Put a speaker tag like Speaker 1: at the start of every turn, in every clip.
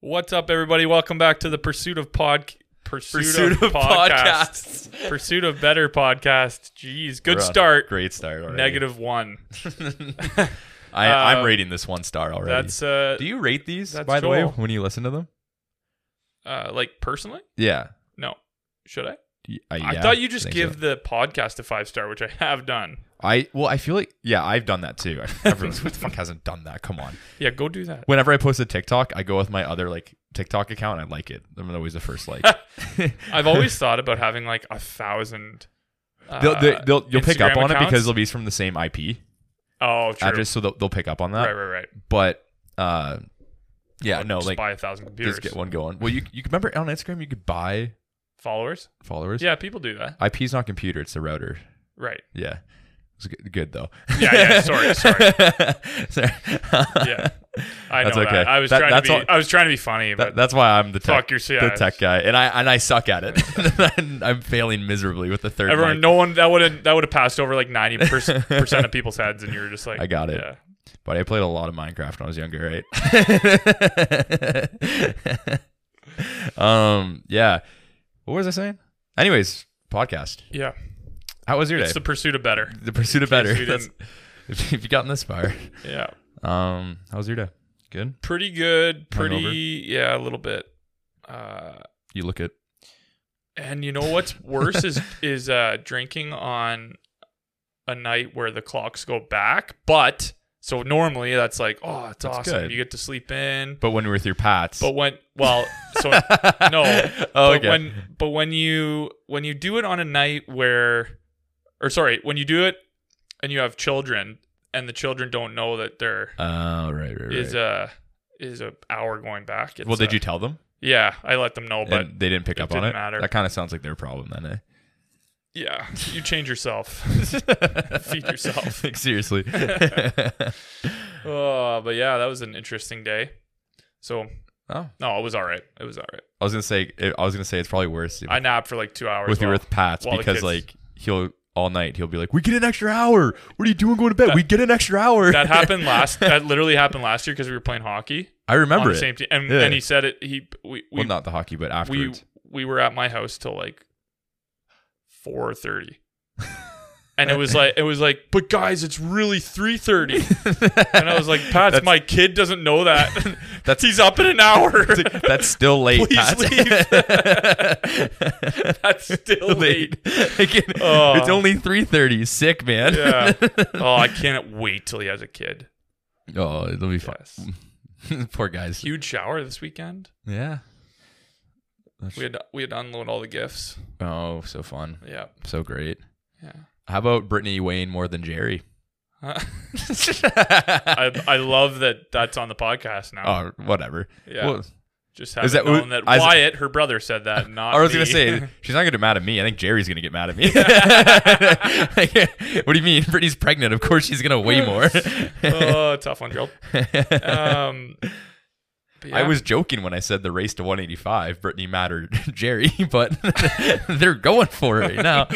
Speaker 1: What's up, everybody? Welcome back to the Pursuit of Pod. Pursuit,
Speaker 2: Pursuit
Speaker 1: of,
Speaker 2: of
Speaker 1: podcast.
Speaker 2: podcasts.
Speaker 1: Pursuit of better podcast. Jeez, good
Speaker 2: We're on a
Speaker 1: start.
Speaker 2: Great start. Already.
Speaker 1: Negative one.
Speaker 2: I,
Speaker 1: Uh,
Speaker 2: I'm rating this one star already.
Speaker 1: That's uh,
Speaker 2: Do you rate these,
Speaker 1: that's
Speaker 2: by the way,
Speaker 1: Joel.
Speaker 2: when you listen to them?
Speaker 1: uh, like personally.
Speaker 2: Yeah.
Speaker 1: No, should I?
Speaker 2: Y- I,
Speaker 1: I
Speaker 2: yeah,
Speaker 1: thought you
Speaker 2: I
Speaker 1: just
Speaker 2: think
Speaker 1: give
Speaker 2: so.
Speaker 1: the podcast a five star, which I have done.
Speaker 2: I well, I feel like yeah, I've done that too. Everyone who the fuck hasn't done that? Come on.
Speaker 1: Yeah, go do that.
Speaker 2: Whenever I post a TikTok, I go with my other like TikTok account. and I like it. I'm always the first like.
Speaker 1: I've always thought about having like a thousand. Uh,
Speaker 2: they'll, they they'll you'll pick up
Speaker 1: Instagram
Speaker 2: on it because
Speaker 1: accounts?
Speaker 2: they'll be from the same IP
Speaker 1: oh, true.
Speaker 2: address, so they'll, they'll pick up on that.
Speaker 1: right, right, right.
Speaker 2: But uh, yeah, no,
Speaker 1: Just
Speaker 2: like
Speaker 1: buy a thousand computers.
Speaker 2: just get one going. Well, you you remember on Instagram you could buy
Speaker 1: Followers.
Speaker 2: followers.
Speaker 1: Yeah, people do that.
Speaker 2: IP is not computer; it's the router.
Speaker 1: Right.
Speaker 2: Yeah, it's g- good though.
Speaker 1: Yeah, yeah, sorry, sorry.
Speaker 2: Sorry.
Speaker 1: Yeah, I know
Speaker 2: That's okay.
Speaker 1: that. I was
Speaker 2: That-
Speaker 1: trying
Speaker 2: that's
Speaker 1: to be.
Speaker 2: all-
Speaker 1: I was trying to be funny,
Speaker 2: That-
Speaker 1: but
Speaker 2: that's why I'm the tech,
Speaker 1: fuck your shit.
Speaker 2: the tech guy, and I and I suck at it. And I'm failing miserably with the third.
Speaker 1: Everyone,
Speaker 2: mic.
Speaker 1: no one that would have that would have passed over like ninety percent of people's heads, and you were just like,
Speaker 2: I got it.
Speaker 1: Yeah.
Speaker 2: But I played a lot of Minecraft when I was younger, right? um, yeah. What was I saying? Anyways, podcast.
Speaker 1: Yeah,
Speaker 2: How was your day?
Speaker 1: it's the pursuit of better.
Speaker 2: the pursuit of
Speaker 1: In
Speaker 2: better.
Speaker 1: case you
Speaker 2: That's, if you've gotten this far,
Speaker 1: Yeah,
Speaker 2: um, how was your day? Good.
Speaker 1: pretty good. Pretty, yeah, a little bit. Uh,
Speaker 2: You look it.
Speaker 1: and you know what's worse is is uh, drinking on a night where the clocks go back. But so normally that's like, oh, it's
Speaker 2: That's
Speaker 1: awesome.
Speaker 2: good.
Speaker 1: You get to sleep in.
Speaker 2: But when we're with your Pats,
Speaker 1: But when well, so no,
Speaker 2: oh,
Speaker 1: but
Speaker 2: okay.
Speaker 1: when but when you when you do it on a night where or sorry when you do it and you have children and the children don't know that there
Speaker 2: Oh, right, right, right.
Speaker 1: is a is a hour going back it's
Speaker 2: well, did
Speaker 1: a-
Speaker 2: you tell them?
Speaker 1: yeah i let them know but
Speaker 2: and they didn't pick
Speaker 1: it
Speaker 2: up on
Speaker 1: didn't
Speaker 2: it.
Speaker 1: matter.
Speaker 2: That kind of sounds like their problem then,
Speaker 1: yeah you change yourself
Speaker 2: eh?
Speaker 1: Feed yourself.
Speaker 2: Like, Seriously.
Speaker 1: oh but yeah that was an interesting day so
Speaker 2: oh,
Speaker 1: no it was all right it was all right
Speaker 2: I was gonna say. I was gonna say it's probably worse if,
Speaker 1: i napped for like two hours
Speaker 2: with your
Speaker 1: while-
Speaker 2: with Pats
Speaker 1: while the
Speaker 2: because
Speaker 1: kids-
Speaker 2: like he'll all night he'll be like, "We get an extra hour. What are you doing going to bed? we get an extra hour."
Speaker 1: that happened last that literally happened last year because we were playing hockey
Speaker 2: I remember
Speaker 1: on
Speaker 2: it.
Speaker 1: the same team and,
Speaker 2: Yeah.
Speaker 1: and he said it he we, we
Speaker 2: well, not the hockey, but
Speaker 1: we
Speaker 2: afterwards.
Speaker 1: we were at my house till like four thirty, and it was like it was like, but guys, it's really three thirty, and I was like, Pat,
Speaker 2: That's-
Speaker 1: my kid doesn't know that.
Speaker 2: That's
Speaker 1: He's up in an hour.
Speaker 2: that's still late.
Speaker 1: Please
Speaker 2: Pat.
Speaker 1: leave. That's still late.
Speaker 2: Again,
Speaker 1: Oh.
Speaker 2: It's only three thirty. Sick man.
Speaker 1: Yeah. Oh, I can't wait till he has a kid.
Speaker 2: Oh, it'll be fun.
Speaker 1: Yes.
Speaker 2: Poor guys.
Speaker 1: Huge shower this weekend.
Speaker 2: Yeah.
Speaker 1: We had we had to unload all the gifts.
Speaker 2: Oh, so fun.
Speaker 1: Yeah.
Speaker 2: So great.
Speaker 1: Yeah.
Speaker 2: How about Brittany weighing more than Jerry?
Speaker 1: I, I love that that's on the podcast now.
Speaker 2: oh, whatever.
Speaker 1: yeah.
Speaker 2: Well,
Speaker 1: Just haven't
Speaker 2: Is that-
Speaker 1: known that
Speaker 2: I-
Speaker 1: Wyatt, her brother, said that. Not
Speaker 2: I was gonna
Speaker 1: me.
Speaker 2: say she's not gonna get mad at me. I think Jerry's gonna get mad at me. Like, what do you mean? Brittany's pregnant. Of course she's gonna weigh more.
Speaker 1: oh, tough one, Gerald. Um, but
Speaker 2: I
Speaker 1: yeah.
Speaker 2: was joking when I said the race to 185. Brittany mattered Jerry, but they're going for it right now.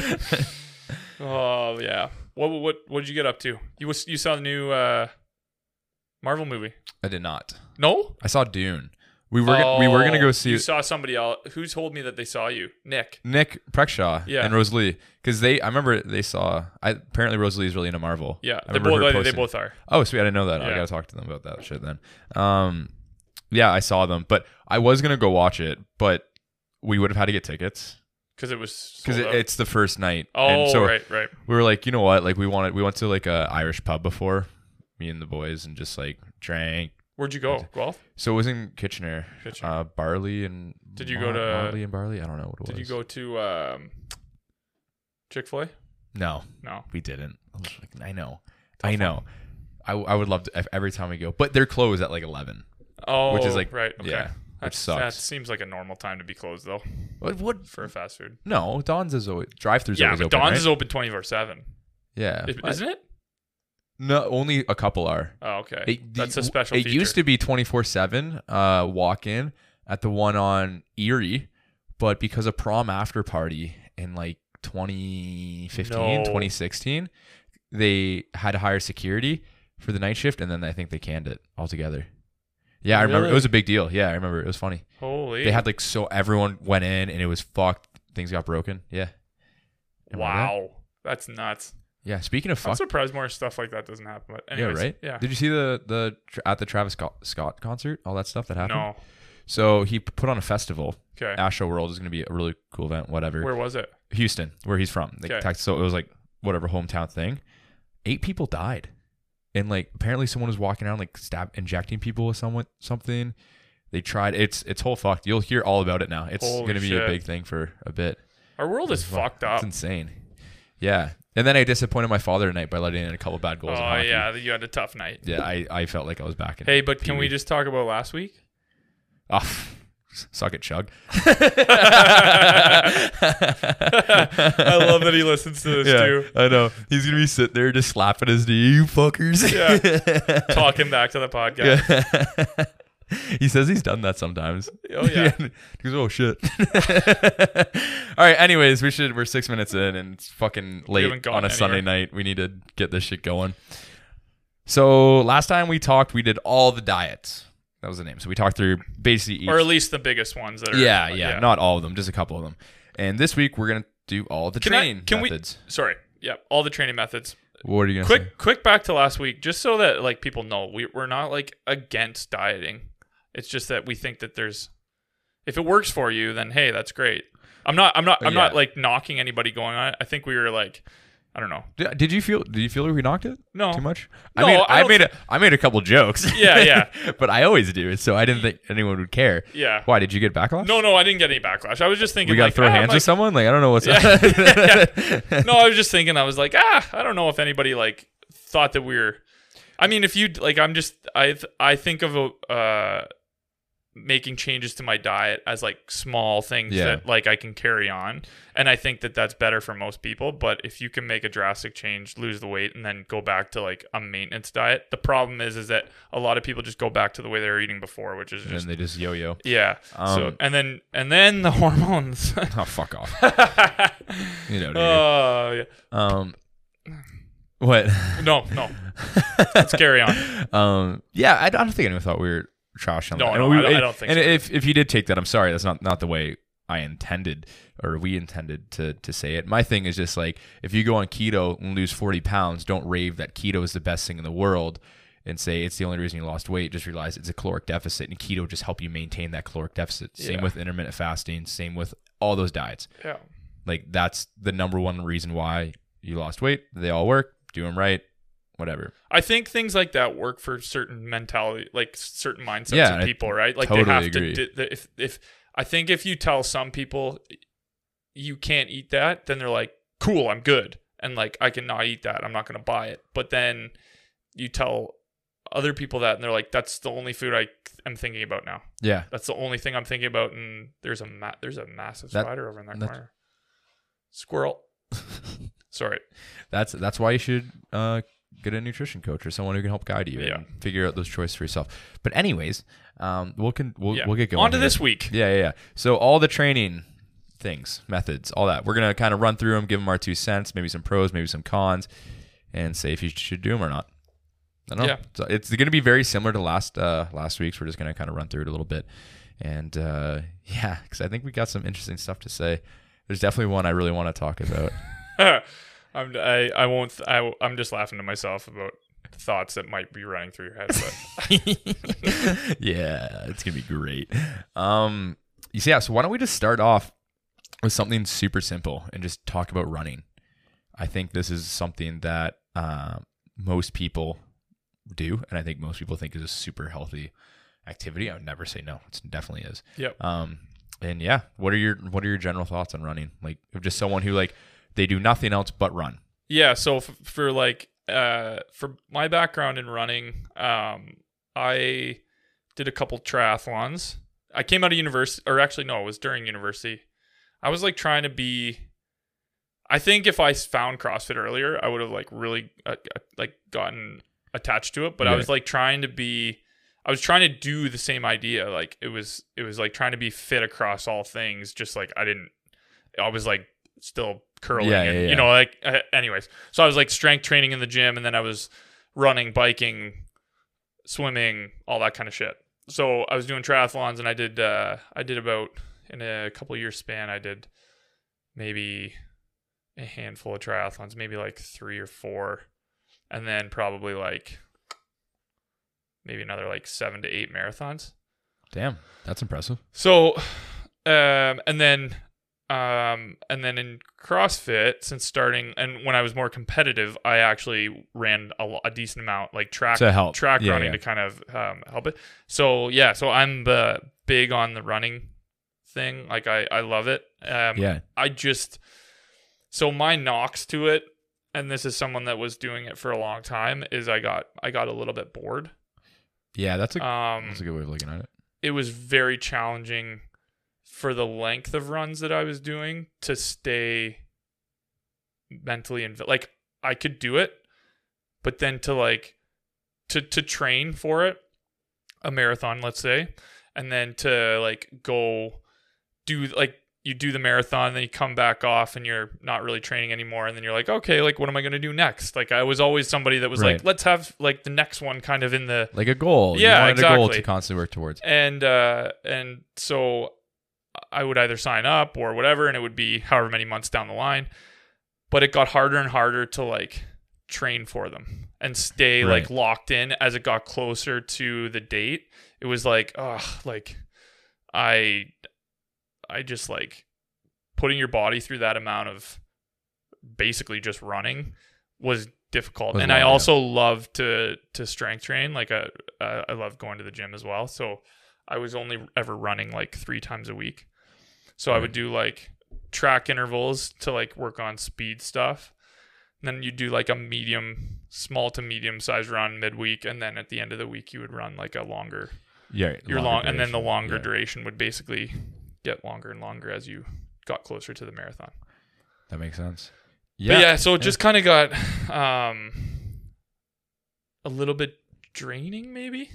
Speaker 1: Oh yeah. What what what did you get up to? You was you saw the new uh, Marvel movie?
Speaker 2: I did not.
Speaker 1: No.
Speaker 2: I saw Dune. We were gonna, we were gonna
Speaker 1: Oh,
Speaker 2: go see
Speaker 1: You saw somebody else. Who told me that they saw you? Nick.
Speaker 2: Nick Prekshaw
Speaker 1: Yeah.
Speaker 2: and Rosalie because they I remember they saw I apparently Rosalie is really into Marvel.
Speaker 1: Yeah,
Speaker 2: I
Speaker 1: they
Speaker 2: remember her
Speaker 1: both they
Speaker 2: posting.
Speaker 1: both are.
Speaker 2: Oh, sweet. I didn't know that. I
Speaker 1: Yeah.
Speaker 2: got to talk to them about that shit then. Um, yeah, I saw them, but I was going to go watch it, but we would have had to get tickets
Speaker 1: Because it was
Speaker 2: because
Speaker 1: sold
Speaker 2: it,
Speaker 1: out.
Speaker 2: it's the first night.
Speaker 1: oh
Speaker 2: and so
Speaker 1: right right.
Speaker 2: we were like, you know what? Like, we wanted, we went to like a Irish pub before, me and the boys, and just like drank.
Speaker 1: Where'd you go? Guelph.
Speaker 2: So it was in Kitchener,
Speaker 1: Kitchener.
Speaker 2: uh, Barley and.
Speaker 1: Did you go to-
Speaker 2: Barley and Barley? I don't know what it
Speaker 1: Did
Speaker 2: was.
Speaker 1: you go to um, Chick Fil A?
Speaker 2: No,
Speaker 1: No.
Speaker 2: we didn't. I, was like, I know. I know. I, I would love to if every time we go, but they're closed at like 11.
Speaker 1: Oh,
Speaker 2: Which is like-
Speaker 1: right. Okay.
Speaker 2: yeah,
Speaker 1: That-
Speaker 2: sucks.
Speaker 1: That seems like a normal time to be closed though
Speaker 2: What, what
Speaker 1: for fast food.
Speaker 2: No, Don's is always drive throughs.
Speaker 1: yeah,
Speaker 2: always
Speaker 1: but
Speaker 2: open,
Speaker 1: Don's
Speaker 2: right?
Speaker 1: is open twenty four seven,
Speaker 2: yeah.
Speaker 1: isn't it?
Speaker 2: no, only a couple are.
Speaker 1: Oh, okay.
Speaker 2: It, the-
Speaker 1: That's a special.
Speaker 2: It used to be twenty four seven uh walk in at the one on Erie, but because of prom after party in like 2015,
Speaker 1: No.
Speaker 2: 2016, they had to hire security for the night shift, and then I think they canned it altogether. Yeah, I remember. It
Speaker 1: Really?
Speaker 2: was a big deal. Yeah, I remember. It was funny.
Speaker 1: Holy.
Speaker 2: They had like so everyone went in and it was fucked. Things got broken. Yeah. Remember that?
Speaker 1: wow. That's nuts.
Speaker 2: Yeah. Speaking of
Speaker 1: I'm
Speaker 2: fucked.
Speaker 1: surprised more stuff like that doesn't happen. But anyways,
Speaker 2: yeah. Right.
Speaker 1: Yeah.
Speaker 2: Did you see the the tr- at the Travis Scott, Scott concert? All that stuff that happened.
Speaker 1: No.
Speaker 2: So he p- put on a festival.
Speaker 1: Okay.
Speaker 2: Astro World is going to be a really cool event. Whatever.
Speaker 1: Where was it?
Speaker 2: Houston, where he's from. Like,
Speaker 1: Okay.
Speaker 2: Texas, so it was like whatever hometown thing. Eight people died, and like apparently someone was walking around like stab injecting people with someone something. They tried. It's it's whole fucked. You'll hear all about it now. It's
Speaker 1: Holy
Speaker 2: going to be a
Speaker 1: shit.
Speaker 2: big thing for a bit.
Speaker 1: Our world is
Speaker 2: It's fu-
Speaker 1: fucked up.
Speaker 2: It's insane. Yeah, and then I disappointed my father tonight by letting in a couple bad
Speaker 1: Oh
Speaker 2: goals. in hockey.
Speaker 1: yeah, you had a tough night.
Speaker 2: Yeah, I, I felt like I was back in.
Speaker 1: Hey, but can we
Speaker 2: Pee-wee.
Speaker 1: just talk about last week?
Speaker 2: Oh, suck it, chug.
Speaker 1: I love that he listens to this too.
Speaker 2: I know. He's gonna be sitting there just slapping his knee, you fuckers. Yeah.
Speaker 1: Talk him back to the podcast.
Speaker 2: yeah. he says he's done that sometimes.
Speaker 1: Oh yeah.
Speaker 2: He goes, oh shit. All right. Anyways, we should. We're six minutes in, and it's fucking late on a
Speaker 1: haven't gone
Speaker 2: Sunday night. We need to get this shit going. So last time we talked, we did all the diets. That was the name. So we talked through basically each
Speaker 1: Or at least the biggest ones that are.
Speaker 2: yeah, yeah, Not all of them, just a couple of them. And this week we're gonna do all the
Speaker 1: Can I-
Speaker 2: training
Speaker 1: can we-
Speaker 2: methods.
Speaker 1: Sorry. Yeah. All the training methods.
Speaker 2: What are you gonna
Speaker 1: quick
Speaker 2: say?
Speaker 1: quick back to last week just so that like people know we, we're not like against dieting it's just that we think that there's if it works for you then hey that's great i'm not i'm not i'm not
Speaker 2: Yeah.
Speaker 1: like knocking anybody going on it. i think we were like i don't know
Speaker 2: Did, did you feel? Did you feel like we knocked it
Speaker 1: no
Speaker 2: too much?
Speaker 1: No,
Speaker 2: I made,
Speaker 1: I
Speaker 2: I,
Speaker 1: don't
Speaker 2: made a, I made a couple jokes.
Speaker 1: Yeah, yeah.
Speaker 2: but I always do, so I didn't think anyone would care.
Speaker 1: yeah
Speaker 2: Why did you get backlash?
Speaker 1: no no i didn't get any backlash i was just thinking
Speaker 2: we gotta
Speaker 1: like,
Speaker 2: throw
Speaker 1: ah,
Speaker 2: hands
Speaker 1: I'm
Speaker 2: with someone. Like I don't know what's.
Speaker 1: Yeah.
Speaker 2: up.
Speaker 1: like- no i was just thinking i was like ah i don't know if anybody like thought that we were i mean if you like i'm just i th- i think of a uh making changes to my diet as like small things
Speaker 2: Yeah.
Speaker 1: that like I can carry on. And I think that that's better for most people. But if you can make a drastic change, lose the weight, and then go back to like a maintenance diet, the problem is is that a lot of people just go back to the way they were eating before, which is
Speaker 2: and
Speaker 1: just
Speaker 2: they just yo-yo.
Speaker 1: yeah. so
Speaker 2: Um,
Speaker 1: and then and then the hormones.
Speaker 2: Oh fuck off. You know. What I mean.
Speaker 1: Oh yeah.
Speaker 2: um. What?
Speaker 1: No, no. Let's carry on.
Speaker 2: um, yeah, I, I don't think anyone thought we were trash on
Speaker 1: No,
Speaker 2: that.
Speaker 1: no,
Speaker 2: And we-
Speaker 1: I don't- I don't think
Speaker 2: And
Speaker 1: so.
Speaker 2: if if you did take that, I'm sorry. That's not not the way I intended or we intended to to say it. My thing is just like if you go on keto and lose 40 pounds, don't rave that keto is the best thing in the world. And say it's the only reason you lost weight. Just realize it's a caloric deficit, and keto just help you maintain that caloric deficit. Same
Speaker 1: Yeah.
Speaker 2: with intermittent fasting. Same with all those diets.
Speaker 1: Yeah.
Speaker 2: Like that's the number one reason why you lost weight. They all work. Do them right. Whatever.
Speaker 1: I think things like that work for certain mentality, like certain mindsets
Speaker 2: Yeah, I
Speaker 1: of people, right? Like they
Speaker 2: totally
Speaker 1: have
Speaker 2: agree.
Speaker 1: to. di- If if I think if you tell some people you can't eat that, then they're like, "Cool, I'm good," and like I cannot eat that. I'm not gonna buy it. But then you tell other people that, and they're like, "That's the only food I am thinking about now.
Speaker 2: Yeah.
Speaker 1: That's the only thing I'm thinking about." And there's a ma- there's a massive
Speaker 2: That-
Speaker 1: spider over in that
Speaker 2: that-
Speaker 1: corner. Squirrel. Sorry.
Speaker 2: that's that's why you should uh, get a nutrition coach or someone who can help guide you
Speaker 1: Yeah.
Speaker 2: and figure out those choices for yourself. But anyways, um, we'll can we'll,
Speaker 1: Yeah.
Speaker 2: we'll get going.
Speaker 1: On to
Speaker 2: here.
Speaker 1: this week.
Speaker 2: Yeah, yeah, yeah. So all the training things, methods, all that. We're gonna kind of run through them, give them our two cents, maybe some pros, maybe some cons, and say if you should do them or not. I don't know.
Speaker 1: Yeah.
Speaker 2: So it's gonna be very similar to last uh, last week's. We're just gonna kind of run through it a little bit, and uh, yeah, because I think we got some interesting stuff to say. There's definitely one I really want to talk about.
Speaker 1: I'm, I, I won't. I, am just laughing to myself about thoughts that might be running through your head. But
Speaker 2: yeah, it's gonna be great. Um, you see, yeah. So why don't we just start off with something super simple and just talk about running? I think this is something that uh, most people do, and I think most people think is a super healthy activity. I would never say no. It definitely is.
Speaker 1: Yep.
Speaker 2: Um, and yeah, what are your what are your general thoughts on running? Like, of just someone who like they do nothing else but run.
Speaker 1: yeah, so f- for like uh, for my background in running, um, I did a couple triathlons. I came out of university, or actually no, it was during university. I was like trying to be. I think if I s- found CrossFit earlier, I would have like really uh, uh, like gotten attached to it. But I
Speaker 2: Right.
Speaker 1: was like trying to be. I was trying to do the same idea. Like it was, it was like trying to be fit across all things. Just like I didn't. I was like still curling.
Speaker 2: Yeah,
Speaker 1: and,
Speaker 2: yeah, yeah.
Speaker 1: You know, like uh, anyways. So I was like strength training in the gym, and then I was running, biking, swimming, all that kind of shit. so I was doing triathlons and I did uh I did about in a couple year span I did maybe a handful of triathlons, maybe like 3 or 4 and then probably like maybe another like 7 to 8 marathons.
Speaker 2: Damn, that's impressive.
Speaker 1: So, um, and then, um, and then in CrossFit, since starting and when I was more competitive, I actually ran a, lo- a decent amount, like track
Speaker 2: To help.
Speaker 1: track
Speaker 2: Yeah,
Speaker 1: running
Speaker 2: yeah.
Speaker 1: to kind of um, help it. So yeah, so I'm the big on the running thing. Like I I love it. Um,
Speaker 2: yeah.
Speaker 1: I just so my knocks to it, and this is someone that was doing it for a long time. Is I got I got a little bit bored.
Speaker 2: Yeah, that's a
Speaker 1: Um,
Speaker 2: that's a good way of looking at it.
Speaker 1: it was very challenging for the length of runs that I was doing to stay mentally and like I could do it, but then to like to to train for it, a marathon, let's say, and then to like go do like you do the marathon, then you come back off and you're not really training anymore. And then you're like, okay, like what am I gonna do next? Like I was always somebody that was
Speaker 2: Right.
Speaker 1: like, let's have like the next one kind of in the
Speaker 2: Like a goal.
Speaker 1: Yeah,
Speaker 2: you wanted a goal
Speaker 1: exactly.
Speaker 2: to constantly work towards.
Speaker 1: and uh and so i would either sign up or whatever and it would be however many months down the line but it got harder and harder to like train for them and stay like
Speaker 2: Right.
Speaker 1: locked in as it got closer to the date it was like ugh like i i just like putting your body through that amount of basically just running was difficult
Speaker 2: Was
Speaker 1: and
Speaker 2: long,
Speaker 1: i
Speaker 2: yeah.
Speaker 1: also love to to strength train like I uh, i love going to the gym as well so i was only ever running like three times a week so i
Speaker 2: Right.
Speaker 1: would do like track intervals to like work on speed stuff and then you do like a medium small to medium size run midweek and then at the end of the week you would run like a longer
Speaker 2: Yeah,
Speaker 1: your long and then the longer
Speaker 2: duration.
Speaker 1: duration would basically get longer and longer as you got closer to the marathon
Speaker 2: Yeah, that makes sense.
Speaker 1: yeah.
Speaker 2: Yeah,
Speaker 1: But yeah, so it just kind of got um a little bit draining maybe.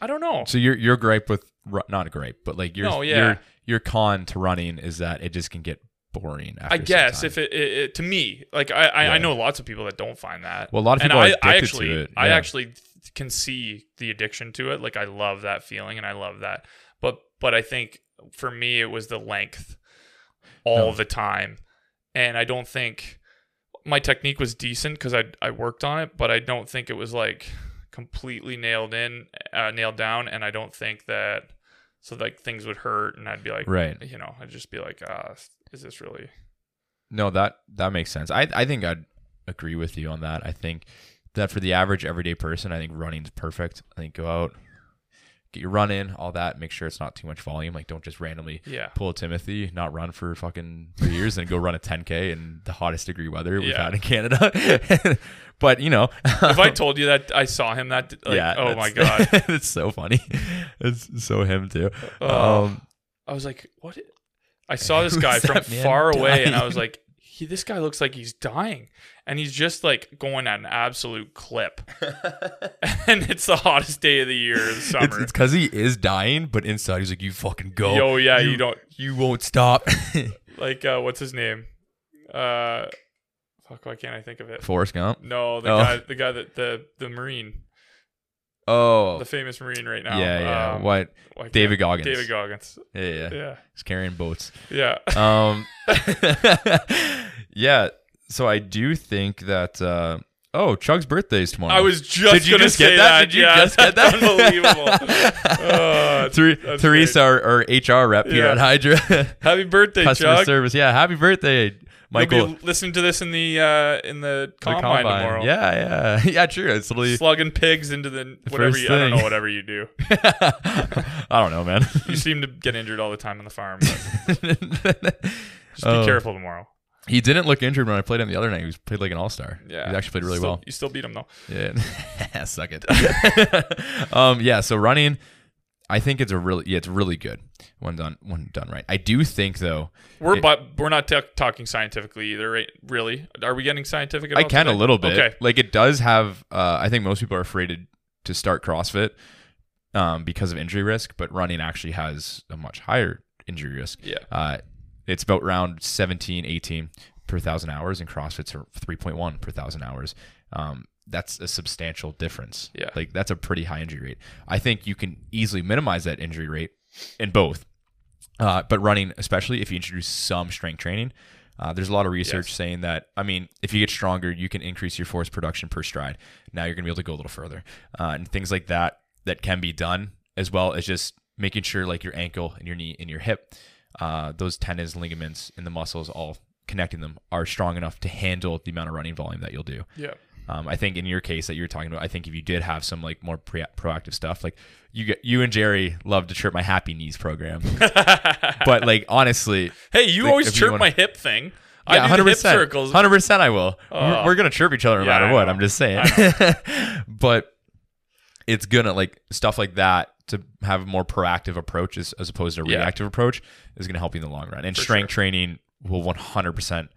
Speaker 1: I don't know.
Speaker 2: So your your gripe with ru- not a gripe, but like your
Speaker 1: No, yeah.
Speaker 2: your your con to running is that it just can get boring. After
Speaker 1: I
Speaker 2: some
Speaker 1: guess
Speaker 2: time.
Speaker 1: if it, it, it to me, like I I, I
Speaker 2: Yeah.
Speaker 1: know lots of people that don't find that.
Speaker 2: well, a lot of
Speaker 1: and
Speaker 2: people are
Speaker 1: I,
Speaker 2: addicted
Speaker 1: I actually
Speaker 2: to it.
Speaker 1: I
Speaker 2: yeah.
Speaker 1: actually can see the addiction to it. Like I love that feeling and I love that. But but I think for me it was the length all
Speaker 2: No.
Speaker 1: the time. And I don't think my technique was decent cuz I I worked on it, but I don't think it was like completely nailed in uh, nailed down and I don't think that so like things would hurt and I'd be like
Speaker 2: right.
Speaker 1: you know, I'd just be like uh is this really
Speaker 2: No, that that makes sense. I I think I'd agree with you on that. I think that for the average everyday person, I think running's perfect. I think go out, get your run in, all that. Make sure it's not too much volume. Like don't just randomly
Speaker 1: yeah.
Speaker 2: pull a Timothy, not run for fucking three years, and go run a 10k in the hottest degree weather we've
Speaker 1: Yeah.
Speaker 2: had in Canada. but you know,
Speaker 1: If I told you that I saw him that like,
Speaker 2: yeah,
Speaker 1: oh my god.
Speaker 2: that's- it's so funny. It's so him too.
Speaker 1: Oh.
Speaker 2: um,
Speaker 1: I was like, what? i- I saw this
Speaker 2: Who's
Speaker 1: guy from
Speaker 2: that man
Speaker 1: far away, and I
Speaker 2: dying?
Speaker 1: was like, he, this guy looks like he's dying, and he's just like going at an absolute clip,
Speaker 2: Um,
Speaker 1: and it's the hottest day of the year, in
Speaker 2: it's
Speaker 1: summer.
Speaker 2: because he is dying, but inside he's like, "You fucking go,
Speaker 1: Yo, yeah, you,
Speaker 2: you-
Speaker 1: don't
Speaker 2: you won't stop."
Speaker 1: like uh, what's his name? Uh, fuck, why can't I think of it?
Speaker 2: Forrest Gump.
Speaker 1: No, the
Speaker 2: Oh.
Speaker 1: guy, the guy that the the marine,
Speaker 2: Oh,
Speaker 1: the famous marine right now.
Speaker 2: yeah, yeah.
Speaker 1: Um,
Speaker 2: what?
Speaker 1: why can't-
Speaker 2: David Goggins.
Speaker 1: David Goggins.
Speaker 2: Yeah, yeah, yeah.
Speaker 1: Yeah,
Speaker 2: He's carrying boats.
Speaker 1: yeah.
Speaker 2: Um, yeah. So I do think that. Uh, oh, Chug's birthday is tomorrow.
Speaker 1: I was just
Speaker 2: Did you
Speaker 1: gonna
Speaker 2: just get
Speaker 1: say
Speaker 2: that? Did you
Speaker 1: yeah,
Speaker 2: just get
Speaker 1: that's
Speaker 2: that?
Speaker 1: Unbelievable. Uh,
Speaker 2: Ther-
Speaker 1: that's
Speaker 2: Teresa, our, our HR rep here
Speaker 1: Yeah.
Speaker 2: at Hydra.
Speaker 1: Happy birthday,
Speaker 2: Customer
Speaker 1: Chuck.
Speaker 2: service. Yeah, happy birthday, Michael.
Speaker 1: You'll be listening to this in the uh, in the
Speaker 2: The
Speaker 1: combine, tomorrow.
Speaker 2: Yeah, yeah, yeah. True. It's literally.
Speaker 1: Slugging pigs into the whatever
Speaker 2: first
Speaker 1: you, I don't know
Speaker 2: thing.
Speaker 1: whatever you do.
Speaker 2: I don't know, man.
Speaker 1: You seem to get injured all the time on the farm. But just be
Speaker 2: Oh.
Speaker 1: careful tomorrow.
Speaker 2: he didn't look injured when I played him the other night. He was played like an all star.
Speaker 1: Yeah,
Speaker 2: he actually played really
Speaker 1: Still-
Speaker 2: well.
Speaker 1: You still beat him though.
Speaker 2: Yeah, suck it. um, yeah. So running, I think it's a really yeah, it's really good when done when done right. I do think though,
Speaker 1: We're
Speaker 2: It-
Speaker 1: but we're not tec- talking scientifically either. Right? Really? Are we getting scientific? At
Speaker 2: I
Speaker 1: all
Speaker 2: can
Speaker 1: today?
Speaker 2: a little bit.
Speaker 1: Okay.
Speaker 2: Like it does have. Uh, I think most people are afraid to, to start CrossFit um, because of injury risk, but running actually has a much higher injury risk.
Speaker 1: Yeah.
Speaker 2: Uh, it's about round 17, 18 per thousand hours, and CrossFit's are 3.1 per thousand hours. Um, that's a substantial difference.
Speaker 1: Yeah.
Speaker 2: Like that's a pretty high injury rate. I think you can easily minimize that injury rate in both. Uh, but running, especially if you introduce some strength training, uh, there's a lot of research
Speaker 1: Yes.
Speaker 2: saying that, I mean, if you get stronger, you can increase your force production per stride. Now you're going to be able to go a little further. Uh, and things like that that can be done, as well as just making sure like your ankle and your knee and your hip, uh, those tendons, ligaments, and the muscles all connecting them are strong enough to handle the amount of running volume that you'll do.
Speaker 1: Yeah.
Speaker 2: Um, I think in your case that you were talking about, I think if you did have some like more pre- proactive stuff, like you get you and Jerry love to chirp my happy knees program, but like honestly,
Speaker 1: hey, you
Speaker 2: Like,
Speaker 1: always
Speaker 2: if you
Speaker 1: chirp
Speaker 2: wanna-
Speaker 1: my hip thing. I
Speaker 2: yeah,
Speaker 1: do
Speaker 2: hundred
Speaker 1: the hip
Speaker 2: percent,
Speaker 1: circles.
Speaker 2: hundred percent, I will.
Speaker 1: Oh.
Speaker 2: we're, we're gonna chirp each other no
Speaker 1: Yeah, I
Speaker 2: matter what.
Speaker 1: know.
Speaker 2: I'm just saying, but it's gonna like stuff like that to have a more proactive approach as, as opposed to a
Speaker 1: Yeah.
Speaker 2: reactive approach is gonna help you in the long run. And
Speaker 1: For
Speaker 2: strength training will one hundred percent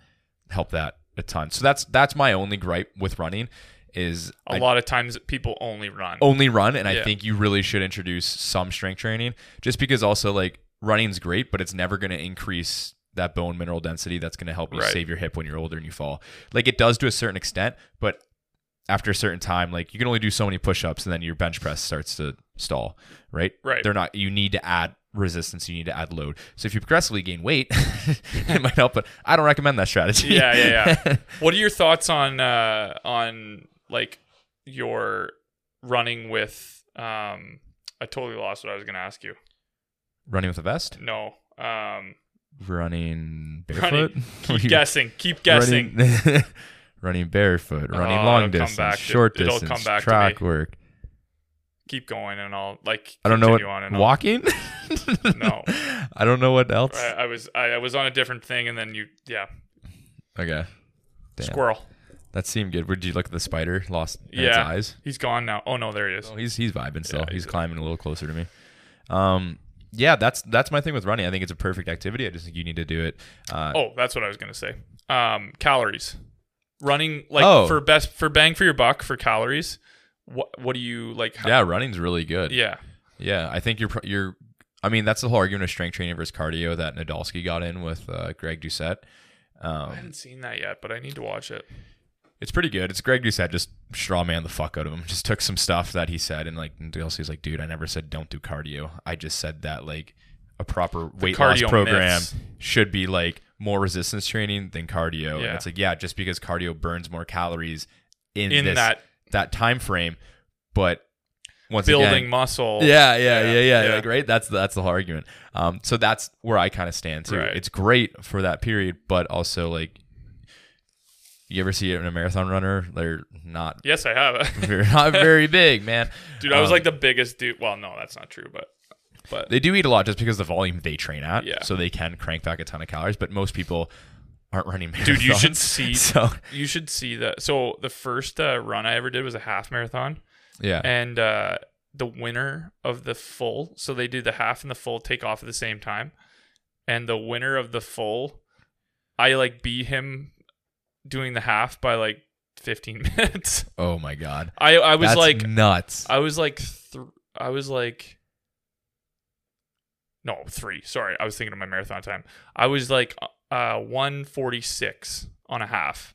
Speaker 2: help that a ton. So that's that's my only gripe with running is
Speaker 1: A
Speaker 2: I Oh.
Speaker 1: lot of times people only run.
Speaker 2: only run and i
Speaker 1: Yeah.
Speaker 2: think you really should introduce some strength training just because also like running's great but it's never going to increase that bone mineral density that's going to help you
Speaker 1: Right.
Speaker 2: save your hip when you're older and you fall like it does to a certain extent but after a certain time like you can only do so many push-ups and then your bench press starts to stall right
Speaker 1: Right.
Speaker 2: they're not you need to add resistance you need to add load so if you progressively gain weight it might help but i don't recommend that strategy
Speaker 1: Yeah, yeah, yeah. What are your thoughts on uh, on like your running with? Um, I totally lost what I was going to ask you.
Speaker 2: running with a vest
Speaker 1: No, um,
Speaker 2: running barefoot
Speaker 1: Running.
Speaker 2: What
Speaker 1: keep
Speaker 2: do you-
Speaker 1: guessing. Keep guessing.
Speaker 2: Running, running barefoot, running
Speaker 1: Oh,
Speaker 2: long
Speaker 1: it'll come back to-
Speaker 2: distance, short
Speaker 1: it'll come
Speaker 2: distance,
Speaker 1: back to
Speaker 2: track
Speaker 1: me.
Speaker 2: work.
Speaker 1: Keep going, and I'll like.
Speaker 2: I don't know what
Speaker 1: continue on and I'll-
Speaker 2: walking.
Speaker 1: No.
Speaker 2: I don't know what else.
Speaker 1: I, I was I, I was on a different thing, and then you yeah
Speaker 2: Okay, Damn.
Speaker 1: squirrel.
Speaker 2: that seemed good. Would you look at the spider lost in its
Speaker 1: Yeah.
Speaker 2: eyes?
Speaker 1: He's gone now. Oh no, there he is.
Speaker 2: Oh, he's he's vibing still.
Speaker 1: Yeah,
Speaker 2: he's
Speaker 1: he's-
Speaker 2: climbing a little closer to me. Um, yeah, that's that's my thing with running. I think it's a perfect activity. I just think you need to do it. Uh,
Speaker 1: Oh, that's what I was gonna say. Um, calories. Running like
Speaker 2: Oh.
Speaker 1: for best for bang for your buck for calories. What what do you like? How,
Speaker 2: yeah, running's really good.
Speaker 1: yeah.
Speaker 2: Yeah, I think you're pro- you're. I mean, that's the whole argument of strength training versus cardio that Nadolski got in with uh, Greg Doucette.
Speaker 1: I
Speaker 2: Um,
Speaker 1: haven't seen that yet, but I need to watch it.
Speaker 2: it's pretty good. It's Greg Doucette just straw man the fuck out of him. Just took some stuff that he said and like Nadolski's like, dude, I never said don't do cardio. I just said that like a proper weight loss
Speaker 1: cardio
Speaker 2: program
Speaker 1: myths.
Speaker 2: should be like more resistance training than cardio. And
Speaker 1: Yeah.
Speaker 2: it's like, yeah, just because cardio burns more calories in,
Speaker 1: In
Speaker 2: this,
Speaker 1: that
Speaker 2: that time frame, but once
Speaker 1: building
Speaker 2: again,
Speaker 1: muscle.
Speaker 2: yeah, yeah, yeah,
Speaker 1: Yeah,
Speaker 2: yeah,
Speaker 1: yeah.
Speaker 2: Like, right? That's that's the whole argument. Um, so that's where I kind of stand too.
Speaker 1: Right.
Speaker 2: It's great for that period, but also like, you ever see it in a marathon runner? They're not
Speaker 1: Yes, I have.
Speaker 2: they're not very big, man.
Speaker 1: Dude, I was
Speaker 2: Um,
Speaker 1: like the biggest dude. Well, no, that's not true, but but
Speaker 2: They do eat a lot just because of the volume they train at,
Speaker 1: Yeah.
Speaker 2: so they can crank back a ton of calories. But most people aren't running marathons.
Speaker 1: Dude, you should see-
Speaker 2: So
Speaker 1: you should see that. So the first uh, run I ever did was a half marathon,
Speaker 2: yeah,
Speaker 1: and uh, the winner of the full. So they do the half and the full take off at the same time, and the winner of the full, I like beat him doing the half by like 15 minutes.
Speaker 2: oh my god,
Speaker 1: I I was
Speaker 2: That's
Speaker 1: like
Speaker 2: nuts.
Speaker 1: I was like, th- I was like, no, three. Sorry, I was thinking of my marathon time. I was like, uh, one forty six on a half,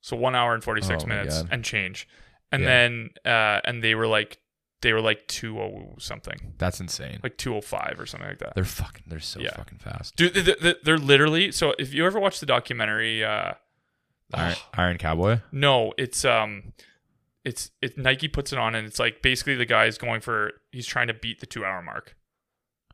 Speaker 1: so one hour and forty six
Speaker 2: Oh my
Speaker 1: minutes
Speaker 2: God.
Speaker 1: and change, and
Speaker 2: Yeah.
Speaker 1: then uh, and they were like, they were like two oh something,
Speaker 2: that's insane.
Speaker 1: like two oh five or something like that.
Speaker 2: they're fucking. They're so
Speaker 1: Yeah.
Speaker 2: fucking fast.
Speaker 1: Dude, th- th- th- they're literally. So if you ever watch the documentary, uh,
Speaker 2: Iron, Iron Cowboy.
Speaker 1: No, it's um, it's it. Nike puts it on, and it's like basically the guy is going for he's trying to beat the two hour mark.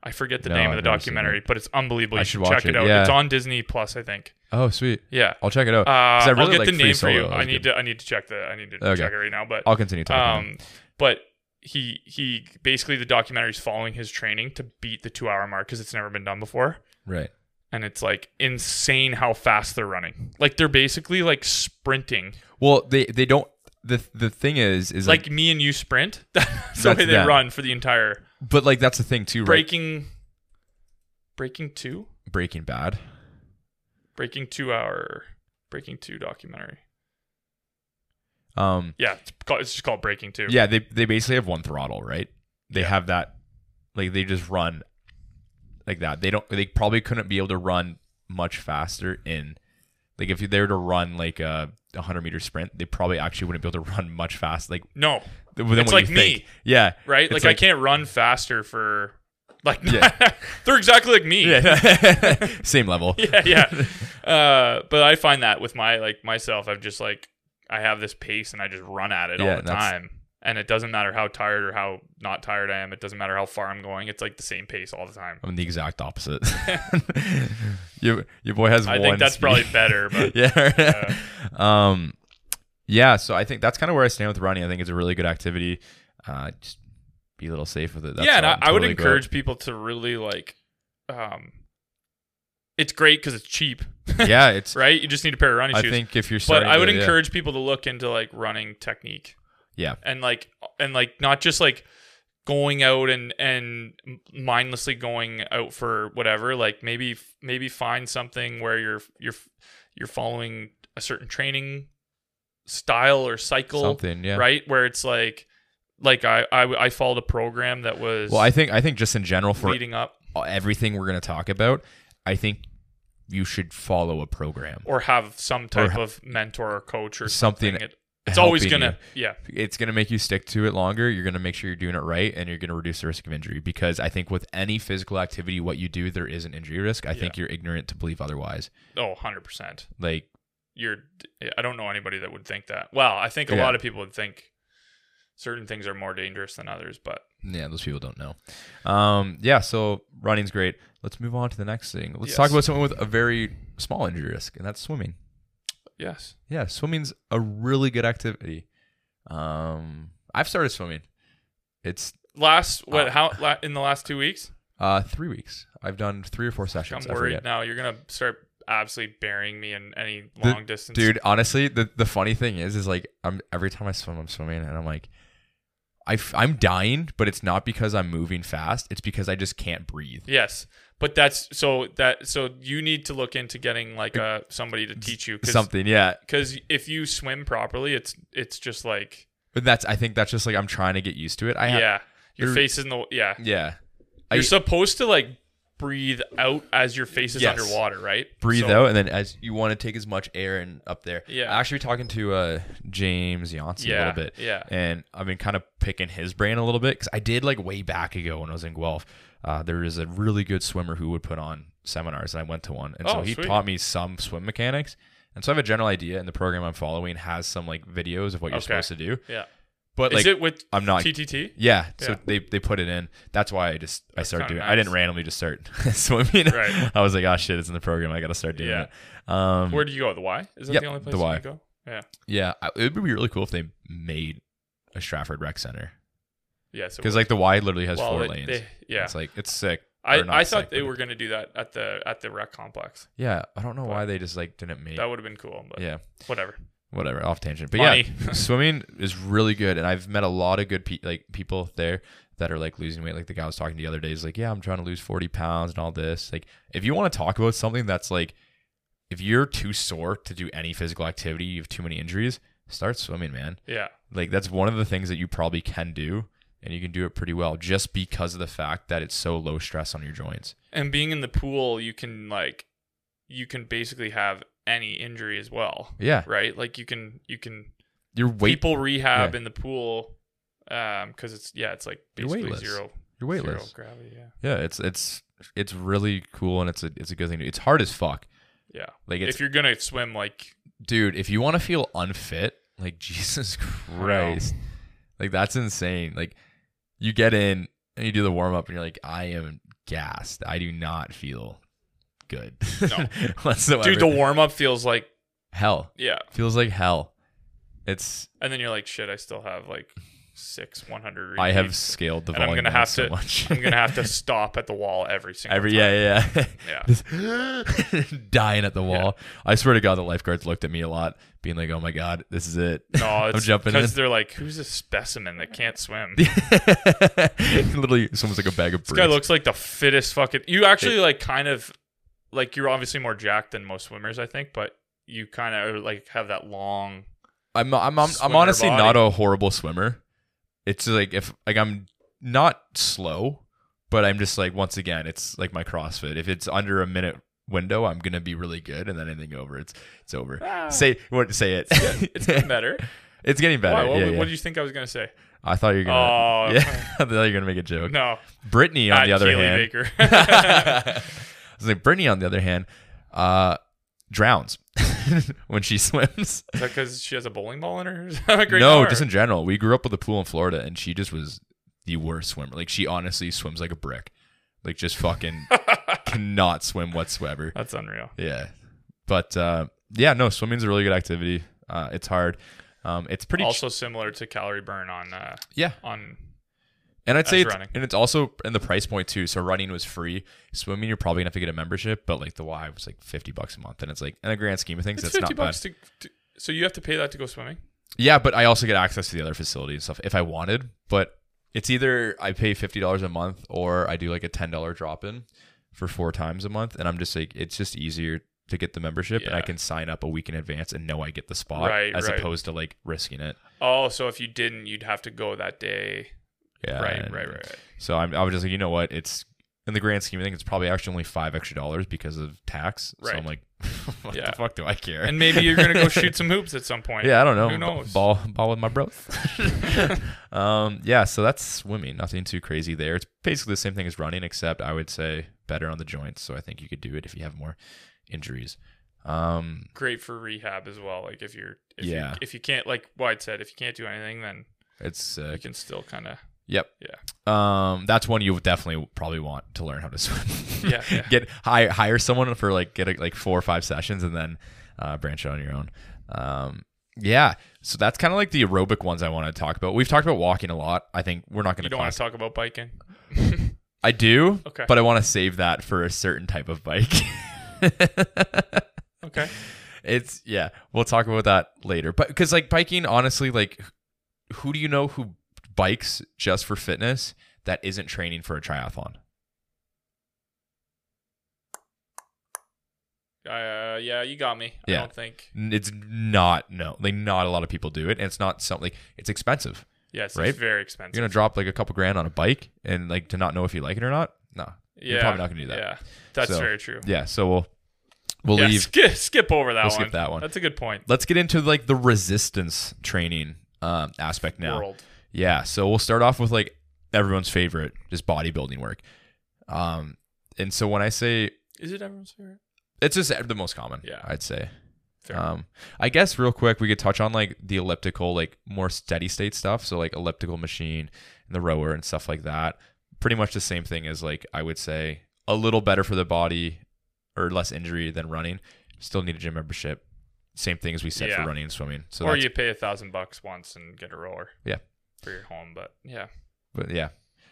Speaker 1: I forget the
Speaker 2: No,
Speaker 1: name
Speaker 2: I've
Speaker 1: of the
Speaker 2: never seen
Speaker 1: documentary, but it's unbelievable.
Speaker 2: I
Speaker 1: You
Speaker 2: should
Speaker 1: should
Speaker 2: watch
Speaker 1: check it,
Speaker 2: it,
Speaker 1: out.
Speaker 2: yeah.
Speaker 1: It's on Disney Plus, I think.
Speaker 2: Oh sweet,
Speaker 1: Yeah,
Speaker 2: I'll check it out.
Speaker 1: uh,
Speaker 2: I really
Speaker 1: I'll get
Speaker 2: like
Speaker 1: the
Speaker 2: Free
Speaker 1: name for
Speaker 2: Solo.
Speaker 1: you.
Speaker 2: That
Speaker 1: I
Speaker 2: was
Speaker 1: need
Speaker 2: good.
Speaker 1: to I need to check the I need to
Speaker 2: Okay.
Speaker 1: check it right now. But
Speaker 2: I'll continue talking. about it.
Speaker 1: um, but he he basically the documentary is following his training to beat the two hour mark because it's never been done before.
Speaker 2: Right.
Speaker 1: And it's like insane how fast they're running. Like they're basically like sprinting
Speaker 2: Well, they they don't. The the thing is is like,
Speaker 1: like me and you sprint. That's the
Speaker 2: That's
Speaker 1: way they
Speaker 2: them.
Speaker 1: run for the entire
Speaker 2: but like that's the thing too. Right?
Speaker 1: breaking, breaking two,
Speaker 2: Breaking Bad.
Speaker 1: breaking two hour, breaking two documentary.
Speaker 2: Um.
Speaker 1: Yeah, it's, called, it's just called Breaking Two.
Speaker 2: Yeah. They they basically have one throttle, right? They
Speaker 1: Yeah.
Speaker 2: have that. Like they just run like that. They don't. They probably couldn't be able to run much faster in. Like if they were to run like a 100 meter sprint, they probably actually wouldn't be able to run much fast. Like
Speaker 1: No,
Speaker 2: th- than
Speaker 1: It's
Speaker 2: what you
Speaker 1: like
Speaker 2: think.
Speaker 1: me.
Speaker 2: Yeah.
Speaker 1: right?
Speaker 2: It's
Speaker 1: Like,
Speaker 2: like-
Speaker 1: I can't run faster for like
Speaker 2: Yeah.
Speaker 1: they're exactly like me.
Speaker 2: Yeah. Same level.
Speaker 1: yeah, yeah. Uh, but I find that with my like myself, I'm just like I have this pace and I just run at it
Speaker 2: Yeah,
Speaker 1: all the
Speaker 2: that's-
Speaker 1: time. And it doesn't matter how tired or how not tired I am. It doesn't matter how far I'm going. It's like the same pace all the time.
Speaker 2: I'm the exact opposite. your your boy has
Speaker 1: I
Speaker 2: one.
Speaker 1: think that's
Speaker 2: speed.
Speaker 1: probably better, but
Speaker 2: yeah. um, yeah. So I think that's kind of where I stand with running. I think it's a really good activity. Uh, just be a little safe with it. That's
Speaker 1: yeah, and
Speaker 2: all.
Speaker 1: I, I would
Speaker 2: Totally go-
Speaker 1: encourage people to really like. Um, it's great because it's cheap,
Speaker 2: yeah, it's.
Speaker 1: right? You just need a pair of running
Speaker 2: I
Speaker 1: shoes.
Speaker 2: think if you're
Speaker 1: but
Speaker 2: starting,
Speaker 1: I would
Speaker 2: to- yeah.
Speaker 1: encourage people to look into like running technique.
Speaker 2: Yeah.
Speaker 1: and like and like not just like going out and and mindlessly going out for whatever like maybe maybe find something where you're you're you're following a certain training style or cycle
Speaker 2: something. Yeah.
Speaker 1: right where it's like like I, I i followed a program that was
Speaker 2: Well, I think I think just in general for
Speaker 1: leading up
Speaker 2: everything we're gonna talk about, I think you should follow a program.
Speaker 1: or have some type
Speaker 2: ha-
Speaker 1: of mentor or coach or
Speaker 2: Something
Speaker 1: something, It- it's always
Speaker 2: helping
Speaker 1: gonna yeah
Speaker 2: it's going to make you stick to it longer. You're going to make sure you're doing it right and you're going to reduce the risk of injury because I think with any physical activity, what you do, there is an injury risk. I think you're ignorant to believe otherwise.
Speaker 1: oh 100%
Speaker 2: Like,
Speaker 1: you're i don't know anybody that would think that well i think a
Speaker 2: Yeah.
Speaker 1: lot of people would think certain things are more dangerous than others but
Speaker 2: yeah, those people don't know. Um, yeah, so running's great. Let's move on to the next thing. Let's talk
Speaker 1: Yes.
Speaker 2: about someone with a very small injury risk, and that's swimming.
Speaker 1: yes
Speaker 2: Yeah, swimming's a really good activity. Um, I've started swimming. It's
Speaker 1: last what
Speaker 2: Oh.
Speaker 1: how la- in the last two weeks
Speaker 2: uh, three weeks. I've done three or four
Speaker 1: i'm
Speaker 2: sessions. I
Speaker 1: worried
Speaker 2: forget.
Speaker 1: now you're gonna start absolutely burying me in any
Speaker 2: The-
Speaker 1: long distance
Speaker 2: dude honestly the, the funny thing is is like i'm every time i swim i'm swimming and i'm like I f- i'm dying but it's not because i'm moving fast it's because i just can't breathe
Speaker 1: yes but that's so that so you need to look into getting like uh somebody to teach you because
Speaker 2: something yeah
Speaker 1: if you swim properly it's it's just like
Speaker 2: but that's i think that's just like i'm trying to get used to it i ha-
Speaker 1: yeah your
Speaker 2: You're-
Speaker 1: face is in the yeah
Speaker 2: yeah I-
Speaker 1: you're supposed to like breathe out as your face is
Speaker 2: Yes.
Speaker 1: underwater right
Speaker 2: breathe
Speaker 1: So-
Speaker 2: out and then as you want to take as much air and up there
Speaker 1: Yeah.
Speaker 2: i actually talking to uh james Yancey a
Speaker 1: yeah,
Speaker 2: little bit
Speaker 1: Yeah.
Speaker 2: and I've been kind of picking his brain a little bit because I did like way back ago when I was in Guelph. Uh, there is a really good swimmer who would put on seminars, and I went to one, and so
Speaker 1: Oh,
Speaker 2: he
Speaker 1: sweet.
Speaker 2: taught me some swim mechanics. And so I have a general idea, and the program I'm following has some like videos of what you're
Speaker 1: Okay.
Speaker 2: supposed to do.
Speaker 1: Yeah.
Speaker 2: But
Speaker 1: Is
Speaker 2: like
Speaker 1: it with
Speaker 2: I'm not.
Speaker 1: TTT?
Speaker 2: yeah, so
Speaker 1: Yeah.
Speaker 2: they they put it in. That's why I just I
Speaker 1: That's
Speaker 2: started
Speaker 1: kinda
Speaker 2: doing. it. I didn't
Speaker 1: nice.
Speaker 2: randomly just start swimming.
Speaker 1: Right.
Speaker 2: I was like, oh shit, it's in the program. I got to start doing
Speaker 1: Yeah.
Speaker 2: it. Um,
Speaker 1: Where do you go? The Y? Is that
Speaker 2: Yep,
Speaker 1: the only
Speaker 2: the
Speaker 1: place you
Speaker 2: Y.
Speaker 1: can go? Yeah.
Speaker 2: yeah, I- it would be really cool if they made a Stratford Rec Center
Speaker 1: Yeah. So
Speaker 2: because like the Y literally has
Speaker 1: well,
Speaker 2: four
Speaker 1: they-
Speaker 2: lanes.
Speaker 1: they- yeah.
Speaker 2: It's like it's sick.
Speaker 1: I,
Speaker 2: or not
Speaker 1: I thought
Speaker 2: sick,
Speaker 1: they
Speaker 2: but-
Speaker 1: were gonna do that at the at the rec complex.
Speaker 2: Yeah, I don't know
Speaker 1: But-
Speaker 2: why they just like didn't make.
Speaker 1: That would have been cool, but
Speaker 2: yeah,
Speaker 1: whatever.
Speaker 2: whatever. Off tangent, but
Speaker 1: Money.
Speaker 2: yeah, swimming is really good, and I've met a lot of good pe- like people there that are like losing weight. Like the guy I was talking to the other day is like, yeah, I'm trying to lose 40 pounds and all this. Like, if you want to talk about something that's like, if you're too sore to do any physical activity, you have too many injuries, start swimming, man.
Speaker 1: Yeah.
Speaker 2: Like that's one of the things that you probably can do, and you can do it pretty well just because of the fact that it's so low stress on your joints.
Speaker 1: And being in the pool, you can like you can basically have any injury as well.
Speaker 2: Yeah,
Speaker 1: Right? Like you can you can
Speaker 2: your weight
Speaker 1: people rehab
Speaker 2: Yeah.
Speaker 1: in the pool um because it's yeah, it's like
Speaker 2: You're
Speaker 1: basically
Speaker 2: weightless.
Speaker 1: zero
Speaker 2: You're
Speaker 1: zero
Speaker 2: weightless.
Speaker 1: gravity, yeah.
Speaker 2: Yeah, it's it's it's really cool and it's a it's a good thing. To do. It's hard as fuck.
Speaker 1: Yeah.
Speaker 2: Like it's
Speaker 1: if you're gonna swim like
Speaker 2: dude, if you want to feel unfit, like Jesus Christ, like that's insane. Like you get in and you do the warm up and you're like, I am gassed. I do not feel good.
Speaker 1: No.
Speaker 2: whatsoever.
Speaker 1: dude the warm up feels like
Speaker 2: hell
Speaker 1: yeah.
Speaker 2: feels like hell. It's
Speaker 1: And then you're like, shit, I still have like six 100.
Speaker 2: I have
Speaker 1: repeats.
Speaker 2: scaled the
Speaker 1: And I'm
Speaker 2: volume.
Speaker 1: gonna
Speaker 2: down
Speaker 1: have
Speaker 2: so
Speaker 1: to-
Speaker 2: Much.
Speaker 1: I'm gonna have to stop at the wall every single
Speaker 2: Every
Speaker 1: time.
Speaker 2: yeah yeah.
Speaker 1: Yeah.
Speaker 2: Just dying at the wall. I swear to God, the lifeguards looked at me a lot, being like, "Oh my God, this is it."
Speaker 1: No, it's
Speaker 2: I'm jumping in.
Speaker 1: because they're like, who's a specimen that can't swim? This
Speaker 2: Literally, someone's like a bag of bricks.
Speaker 1: guy looks like the fittest fucking. You actually like kind of like you're obviously more jacked than most swimmers, I think, but you kind of like have that long.
Speaker 2: I'm I'm I'm, I'm
Speaker 1: swimmer
Speaker 2: honestly
Speaker 1: body.
Speaker 2: not a horrible swimmer. It's like if like I'm not slow, but I'm just like once again, it's like my CrossFit. If it's under a minute window, I'm gonna be really good, and then anything over, it's it's over.
Speaker 1: Ah.
Speaker 2: Say what? Say it.
Speaker 1: It's getting better.
Speaker 2: It's getting better.
Speaker 1: Why, what,
Speaker 2: yeah,
Speaker 1: what
Speaker 2: yeah.
Speaker 1: did you think I was gonna say?
Speaker 2: I thought you were gonna.
Speaker 1: Oh.
Speaker 2: yeah, I thought you were gonna make a joke.
Speaker 1: No,
Speaker 2: Brittany, on
Speaker 1: not
Speaker 2: the other
Speaker 1: Keely
Speaker 2: hand,
Speaker 1: Baker.
Speaker 2: I was like Brittany, on the other hand, uh, drowns when she swims.
Speaker 1: Is that because she has a bowling ball in her? Is that a great
Speaker 2: no,
Speaker 1: power?
Speaker 2: just in general. We grew up with a pool in Florida, and she just was the worst swimmer. Like she honestly swims like a brick, like just fucking cannot swim whatsoever.
Speaker 1: That's unreal.
Speaker 2: Yeah, but uh, yeah, no, swimming's a really good activity. Uh, it's hard. Um, it's pretty.
Speaker 1: also similar to calorie burn on uh,
Speaker 2: yeah,
Speaker 1: on
Speaker 2: and I'd say,
Speaker 1: as
Speaker 2: it's,
Speaker 1: running.
Speaker 2: and it's also in the price point too. So running was free. Swimming, you're probably gonna have to get a membership, but like the Y was like fifty bucks a month, and it's like in the grand scheme of things,
Speaker 1: it's
Speaker 2: that's
Speaker 1: fifty
Speaker 2: not bad.
Speaker 1: bucks to, to. So you have to pay that to go swimming.
Speaker 2: Yeah, but I also get access to the other facility and stuff if I wanted. But it's either I pay fifty dollars a month or I do like a ten dollar drop in for four times a month, and I'm just like it's just easier to get the membership, and I
Speaker 1: Yeah.
Speaker 2: can sign up a week in advance and know I get the spot
Speaker 1: Right,
Speaker 2: as
Speaker 1: right.
Speaker 2: opposed to like risking it.
Speaker 1: Oh, so if you didn't, you'd have to go that day.
Speaker 2: Yeah,
Speaker 1: right,
Speaker 2: and-
Speaker 1: right, right, right.
Speaker 2: So I'm, I was just like, you know what? It's in the grand scheme of things, it's probably actually only five extra dollars because of tax. So
Speaker 1: Right.
Speaker 2: I'm like, what
Speaker 1: Yeah.
Speaker 2: the fuck do I care?
Speaker 1: And maybe you're gonna go shoot some hoops at some point.
Speaker 2: Yeah, I don't know.
Speaker 1: Who
Speaker 2: B-
Speaker 1: knows?
Speaker 2: Ball, ball with my bros. um, yeah, so that's swimming. Nothing too crazy there. It's basically the same thing as running, except I would say better on the joints. So I think you could do it if you have more injuries. Um,
Speaker 1: Great for rehab as well. Like if you're, if
Speaker 2: Yeah.
Speaker 1: you, if you can't, like White said, if you can't do anything, then
Speaker 2: it's uh,
Speaker 1: you can still kind of.
Speaker 2: yep. Yeah. Um, that's one you would definitely probably want to learn how to swim.
Speaker 1: Yeah, yeah.
Speaker 2: get hire hire someone for like get like four or five sessions and then uh, branch out on your own. Um, yeah, so that's kind of like the aerobic ones I want to talk about. We've talked about walking a lot. I think we're not going
Speaker 1: You
Speaker 2: to
Speaker 1: don't want to talk about biking.
Speaker 2: I do,
Speaker 1: Okay.
Speaker 2: but I want to save that for a certain type of bike.
Speaker 1: Okay.
Speaker 2: it's yeah, we'll talk about that later. But because like biking, honestly, like who do you know who bikes just for fitness that isn't training for a triathlon?
Speaker 1: Uh, yeah, you got me.
Speaker 2: Yeah.
Speaker 1: I don't think.
Speaker 2: N- It's not no, like not a lot of people do it, and it's not something. It's expensive.
Speaker 1: Yes,
Speaker 2: Right?
Speaker 1: it's very
Speaker 2: You're
Speaker 1: expensive.
Speaker 2: gonna drop like a couple grand on a bike and like to not know if you like it or not. No,
Speaker 1: yeah,
Speaker 2: you're probably not gonna do that.
Speaker 1: Yeah, that's
Speaker 2: So,
Speaker 1: very true.
Speaker 2: yeah. So we'll we'll
Speaker 1: Yeah,
Speaker 2: leave
Speaker 1: skip, skip over that
Speaker 2: We'll
Speaker 1: one.
Speaker 2: skip that one.
Speaker 1: That's a good point.
Speaker 2: let's get into like the resistance training um, aspect now.
Speaker 1: World.
Speaker 2: Yeah, so we'll start off with like everyone's favorite, just bodybuilding work. Um, and so when I say
Speaker 1: Is it everyone's favorite?
Speaker 2: it's just the most common,
Speaker 1: Yeah.
Speaker 2: I'd say.
Speaker 1: Fair.
Speaker 2: Um, I guess real quick we could touch on like the elliptical, like more steady state stuff. So like elliptical machine and the rower and stuff like that. Pretty much the same thing as like I would say a little better for the body or less injury than running. Still need a gym membership. Same thing as we said
Speaker 1: Yeah.
Speaker 2: for running and swimming. So
Speaker 1: or
Speaker 2: that's,
Speaker 1: you pay a thousand bucks once and get a roller.
Speaker 2: Yeah.
Speaker 1: For your home, but yeah.
Speaker 2: but yeah.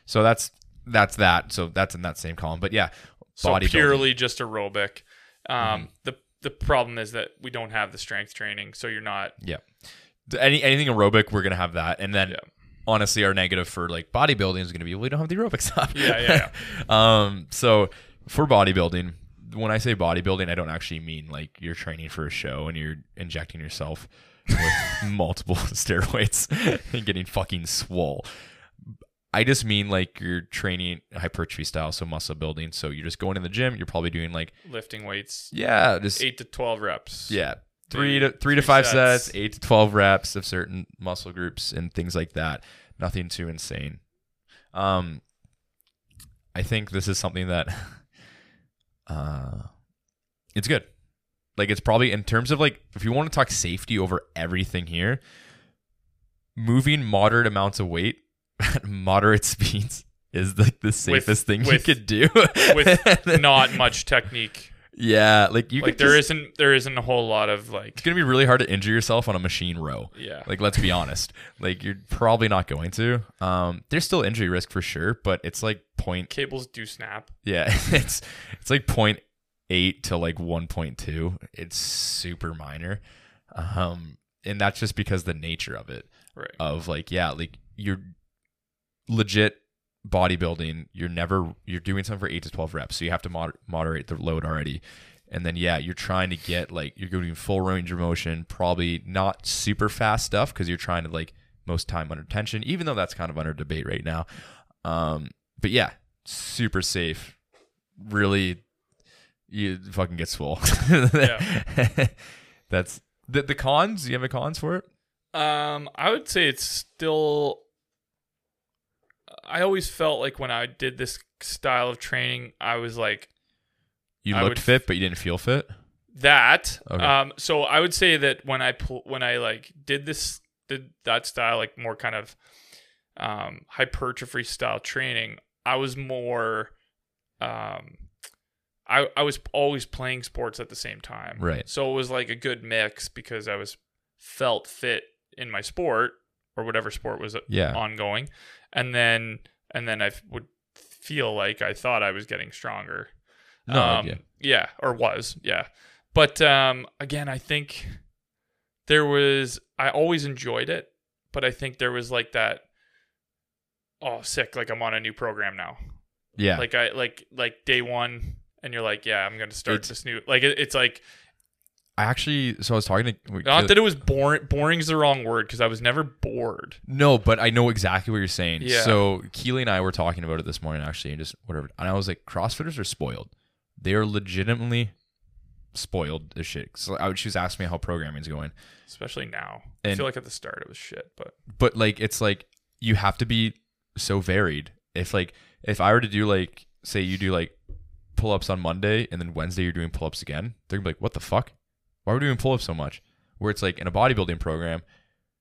Speaker 2: So that's that's that. So that's in that same column. But yeah,
Speaker 1: So
Speaker 2: Bodybuilding. Mm-hmm.
Speaker 1: purely just aerobic. Um, the the problem is that we don't have the strength training, so you're not.
Speaker 2: th- any anything aerobic, we're gonna have that. And then
Speaker 1: Yeah.
Speaker 2: honestly, our negative for like bodybuilding is gonna be well, we don't have the aerobic stuff.
Speaker 1: Yeah, yeah,
Speaker 2: um, so for bodybuilding, when I say bodybuilding, I don't actually mean like you're training for a show and you're injecting yourself with multiple steroids and getting fucking swole. I just mean like you're training hypertrophy style, so muscle building. So you're just going in the gym. You're probably doing like
Speaker 1: Lifting weights,
Speaker 2: yeah, just
Speaker 1: eight to twelve reps.
Speaker 2: yeah.
Speaker 1: Three-
Speaker 2: Three to three, to
Speaker 1: three
Speaker 2: five sets.
Speaker 1: sets.
Speaker 2: eight to twelve reps of certain muscle groups and things like that. Nothing too insane. Um I think this is something that uh it's good. Like it's probably in terms of like if you want to talk safety over everything here, moving moderate amounts of weight at moderate speeds is like the safest thing
Speaker 1: with-
Speaker 2: you could do.
Speaker 1: With not much technique.
Speaker 2: yeah, like you
Speaker 1: like
Speaker 2: could
Speaker 1: there
Speaker 2: just-
Speaker 1: not there isn't a whole lot of like.
Speaker 2: it's gonna be really hard to injure yourself on a machine row.
Speaker 1: Yeah.
Speaker 2: Like let's be honest. Like you're probably not going to. Um there's still injury risk for sure, but it's like point
Speaker 1: cables do snap.
Speaker 2: yeah, it's it's like point eight to like one point two. It's super minor. Um and that's just because the nature of it
Speaker 1: Right.
Speaker 2: of like yeah like you're legit bodybuilding you're never you're doing something for 8 to 12 reps so you have to moder- moderate the load already and then yeah you're trying to get like you're doing full range of motion probably not super fast stuff because you're trying to like most time under tension even though that's kind of under debate right now um but yeah super safe really you fucking gets full.
Speaker 1: Yeah.
Speaker 2: That's the the cons. Do you have a cons for it?
Speaker 1: Um, I would say it's still. I always felt like when I did this style of training, I was like
Speaker 2: You
Speaker 1: I
Speaker 2: looked
Speaker 1: would-
Speaker 2: fit, but you didn't feel fit.
Speaker 1: that.
Speaker 2: Okay.
Speaker 1: Um, so I would say that when I pl- when I like did this did that style like more kind of um, hypertrophy style training, I was more. Um, I I was always playing sports at the same time.
Speaker 2: Right.
Speaker 1: So it was like a good mix because I was felt fit in my sport or whatever sport was
Speaker 2: Yeah.
Speaker 1: ongoing and then and then i f- would feel like i thought i was getting stronger
Speaker 2: No,
Speaker 1: um,
Speaker 2: yeah.
Speaker 1: yeah or was yeah but um again i think there was i always enjoyed it but i think there was like that oh sick like i'm on a new program now
Speaker 2: Yeah.
Speaker 1: like i like like day one and you're like yeah i'm gonna start
Speaker 2: It's-
Speaker 1: this new like it, it's like
Speaker 2: I actually. So I was talking to.
Speaker 1: not that it was boring boring's the wrong word because i was never bored
Speaker 2: No, but I know exactly what you're saying.
Speaker 1: Yeah.
Speaker 2: So Keely and I were talking about it this morning, actually, and just whatever. And I was like, CrossFitters are spoiled. They are legitimately spoiled as shit. So I, she was asking me how programming's going,
Speaker 1: especially now i
Speaker 2: And-
Speaker 1: feel like at the start it was shit but
Speaker 2: but like, it's like you have to be so varied. If like, if I were to do like, say you do like pull ups on Monday and then Wednesday you're doing pull ups again, they're gonna be like, what the fuck? Why are we doing pull ups so much? Where it's like in a bodybuilding program,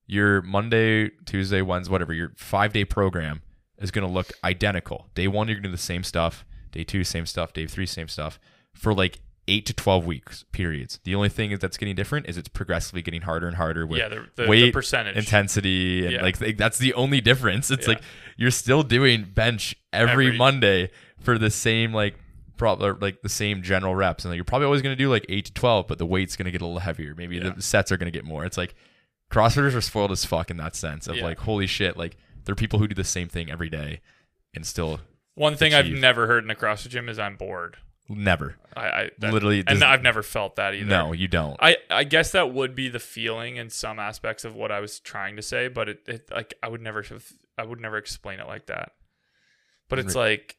Speaker 2: your Monday, Tuesday, Wednesday, whatever, your five day program is going to look identical. Day one, you're going to do the same stuff. Day two, same stuff. Day three, same stuff for like eight to 12 weeks periods. The only thing that's getting different is it's progressively getting harder and harder with
Speaker 1: Yeah, the- the- the
Speaker 2: weight,
Speaker 1: percentage.
Speaker 2: intensity. And
Speaker 1: Yeah.
Speaker 2: like, th- that's the only difference. It's
Speaker 1: Yeah.
Speaker 2: like you're still doing bench every,
Speaker 1: Every-
Speaker 2: Monday for the same, like, Probably like the same general reps, and like you're probably always going to do like eight to twelve, but the weight's going to get a little heavier. Maybe
Speaker 1: Yeah.
Speaker 2: the sets are going to get more. It's like CrossFitters are spoiled as fuck in that sense of
Speaker 1: Yeah.
Speaker 2: like, holy shit, like they're people who do the same thing every day and still
Speaker 1: One thing I've
Speaker 2: achieve.
Speaker 1: never heard in a CrossFit gym is I'm bored.
Speaker 2: never.
Speaker 1: I, I that-
Speaker 2: Literally does-
Speaker 1: and I've never felt that either.
Speaker 2: No, you don't.
Speaker 1: I, I guess that would be the feeling in some aspects of what I was trying to say, but it, it like I would never have, I would never explain it like that. But it's like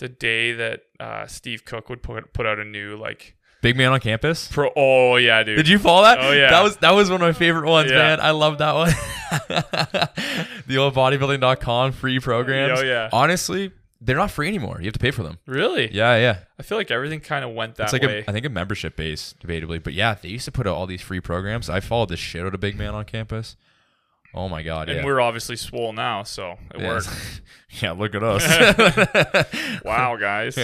Speaker 1: the day that uh, Steve Cook would put put out a new like
Speaker 2: Big man on campus.
Speaker 1: pro. Oh yeah, dude.
Speaker 2: Did you follow that?
Speaker 1: Oh, yeah.
Speaker 2: That was that was one of my favorite ones,
Speaker 1: Yeah.
Speaker 2: man. I love that one. the old bodybuilding.com free programs.
Speaker 1: Oh, yeah.
Speaker 2: Honestly, they're not free anymore. You have to pay for them.
Speaker 1: really?
Speaker 2: Yeah, yeah.
Speaker 1: I feel like everything kind of went that
Speaker 2: It's like
Speaker 1: way.
Speaker 2: a, I think a membership base, debatably. But yeah, they used to put out all these free programs. I followed the shit out of Big Man on campus. Oh my god,
Speaker 1: and
Speaker 2: yeah.
Speaker 1: we're obviously swole now, so it
Speaker 2: yeah.
Speaker 1: worked.
Speaker 2: yeah, look at us.
Speaker 1: Wow, guys.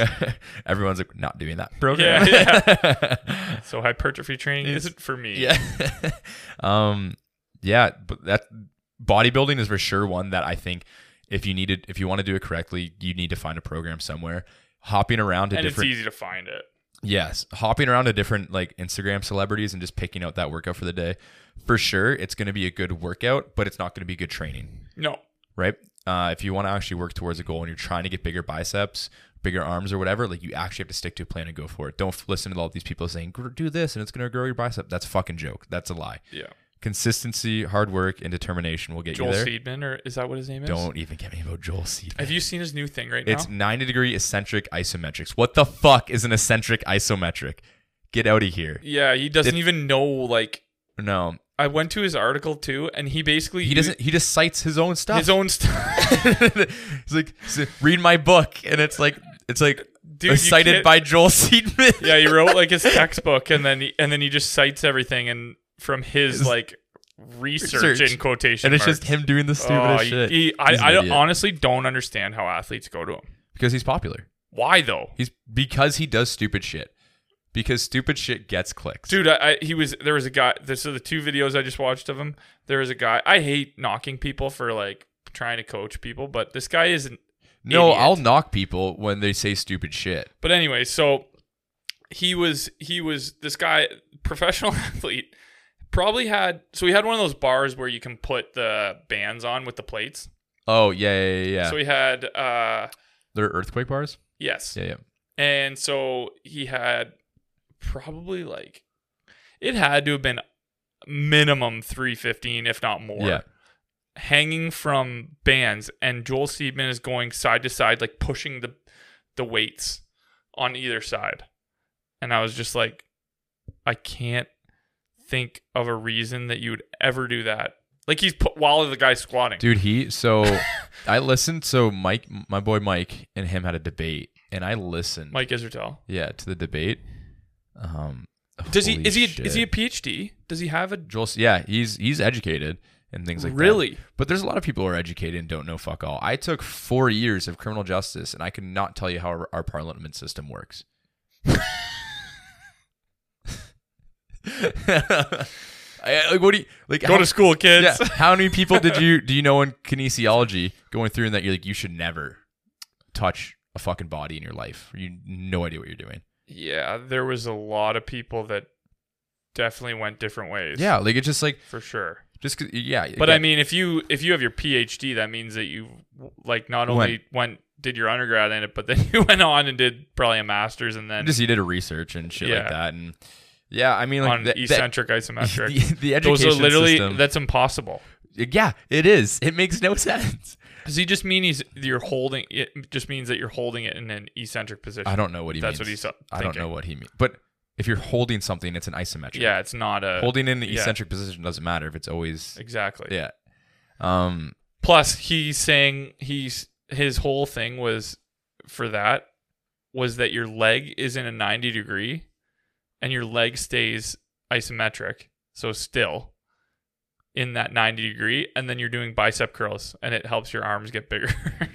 Speaker 2: Everyone's like not doing that
Speaker 1: Yeah,
Speaker 2: program. Yeah.
Speaker 1: So hypertrophy training
Speaker 2: It's-
Speaker 1: isn't for me.
Speaker 2: um yeah, but that bodybuilding is for sure one that I think if you needed if you want to do it correctly, you need to find a program somewhere. Hopping around to
Speaker 1: and it's
Speaker 2: different
Speaker 1: easy to find it.
Speaker 2: Yes, hopping around to different like Instagram celebrities and just picking out that workout for the day. For sure, it's going to be a good workout, but it's not going to be good training,
Speaker 1: No,
Speaker 2: right? Uh, if you want to actually work towards a goal and you're trying to get bigger biceps, bigger arms, or whatever, like you actually have to stick to a plan and go for it. Don't f- listen to all these people saying "Gr- do this and it's going to grow your bicep. That's a fucking joke. That's a lie.
Speaker 1: yeah.
Speaker 2: Consistency, hard work, and determination will get
Speaker 1: Joel
Speaker 2: you there.
Speaker 1: Seedman, or is that what his name is?
Speaker 2: Don't even get me about Joel Seed.
Speaker 1: Have you seen his new thing right
Speaker 2: It's
Speaker 1: now?
Speaker 2: 90 degree eccentric isometrics. What the fuck is an eccentric isometric? Get out of here.
Speaker 1: Yeah, he doesn't even know. Like,
Speaker 2: No,
Speaker 1: I went to his article too, and he basically
Speaker 2: he doesn't. He just cites his own
Speaker 1: used
Speaker 2: stuff.
Speaker 1: his own stuff.
Speaker 2: He's like, "S- read my book, and it's like, it's like,
Speaker 1: Dude, you
Speaker 2: cited
Speaker 1: can't-
Speaker 2: by Joel Seedman.
Speaker 1: yeah, he wrote like his textbook, and then he, and then he just cites everything and from his
Speaker 2: His-
Speaker 1: like research,
Speaker 2: Research.
Speaker 1: in quotation
Speaker 2: and it's
Speaker 1: marks.
Speaker 2: just him doing the
Speaker 1: Oh,
Speaker 2: stupidest
Speaker 1: he-
Speaker 2: shit
Speaker 1: he- I,
Speaker 2: He's an
Speaker 1: I don't-
Speaker 2: idiot.
Speaker 1: honestly don't understand how athletes go to him.
Speaker 2: because he's popular.
Speaker 1: Why though?
Speaker 2: He's because he does stupid shit. Because stupid shit gets clicks.
Speaker 1: dude I, I he was there was a guy this are the two videos i just watched of him there was a guy i hate knocking people for like trying to coach people but this guy isn't
Speaker 2: no,
Speaker 1: idiot.
Speaker 2: I'll knock people when they say stupid shit.
Speaker 1: but anyway so he was he was this guy professional athlete probably had so he had one of those bars where you can put the bands on with the plates
Speaker 2: Oh yeah, yeah, yeah. yeah.
Speaker 1: so he had uh
Speaker 2: They're earthquake bars.
Speaker 1: yes
Speaker 2: Yeah, yeah.
Speaker 1: and so he had probably like it had to have been minimum 315 if not more
Speaker 2: Yeah.
Speaker 1: hanging from bands, and Joel Seedman is going side to side, like pushing the the weights on either side. and I was just like, I can't think of a reason that you would ever do that. Like he's put while the guy's squatting.
Speaker 2: Dude, he so I listened. So Mike, my boy Mike, and him had a debate, and I listened.
Speaker 1: Mike Isertel.
Speaker 2: yeah, to the debate. Um,
Speaker 1: Does he
Speaker 2: holy
Speaker 1: is he
Speaker 2: shit.
Speaker 1: is he a PhD? Does he have a
Speaker 2: Joel? Yeah, he's he's educated and things like that.
Speaker 1: really?
Speaker 2: But there's a lot of people who are educated and don't know fuck all. I took four years of criminal justice, and I could not tell you how our, our parliament system works. I, like what do you like?
Speaker 1: Go
Speaker 2: how-
Speaker 1: to school,
Speaker 2: yeah,
Speaker 1: kids.
Speaker 2: how many people did you do you know in kinesiology going through and that you're like you should never touch a fucking body in your life? You no idea what you're doing.
Speaker 1: Yeah, there was a lot of people that definitely went different ways.
Speaker 2: Yeah, like it's just like
Speaker 1: for sure.
Speaker 2: just 'cause- yeah.
Speaker 1: But
Speaker 2: again,
Speaker 1: I mean, if you if you have your PhD, that means that you like not
Speaker 2: Went.
Speaker 1: only went did your undergrad in it, but then you went on and did probably a master's and then
Speaker 2: just you did a research and shit like
Speaker 1: Yeah.
Speaker 2: that, and yeah, I mean like
Speaker 1: on
Speaker 2: that- that-
Speaker 1: eccentric isometric.
Speaker 2: the, the education
Speaker 1: Those are literally
Speaker 2: system.
Speaker 1: that's impossible.
Speaker 2: yeah, it is. It makes no sense.
Speaker 1: Does he just mean he's you're holding it? Just means that you're holding it in an eccentric position.
Speaker 2: I don't know what he
Speaker 1: That's
Speaker 2: means.
Speaker 1: what he's uh,
Speaker 2: I don't
Speaker 1: thinking.
Speaker 2: know what he means. But if you're holding something, it's an isometric.
Speaker 1: Yeah, it's not a
Speaker 2: holding in the
Speaker 1: yeah.
Speaker 2: eccentric position doesn't matter if it's always
Speaker 1: exactly.
Speaker 2: yeah. Um,
Speaker 1: Plus, he's saying he's his whole thing was for that was that your leg is in a 90 degree and your leg stays isometric, so still in that 90 degree, and then you're doing bicep curls and it helps your arms get bigger.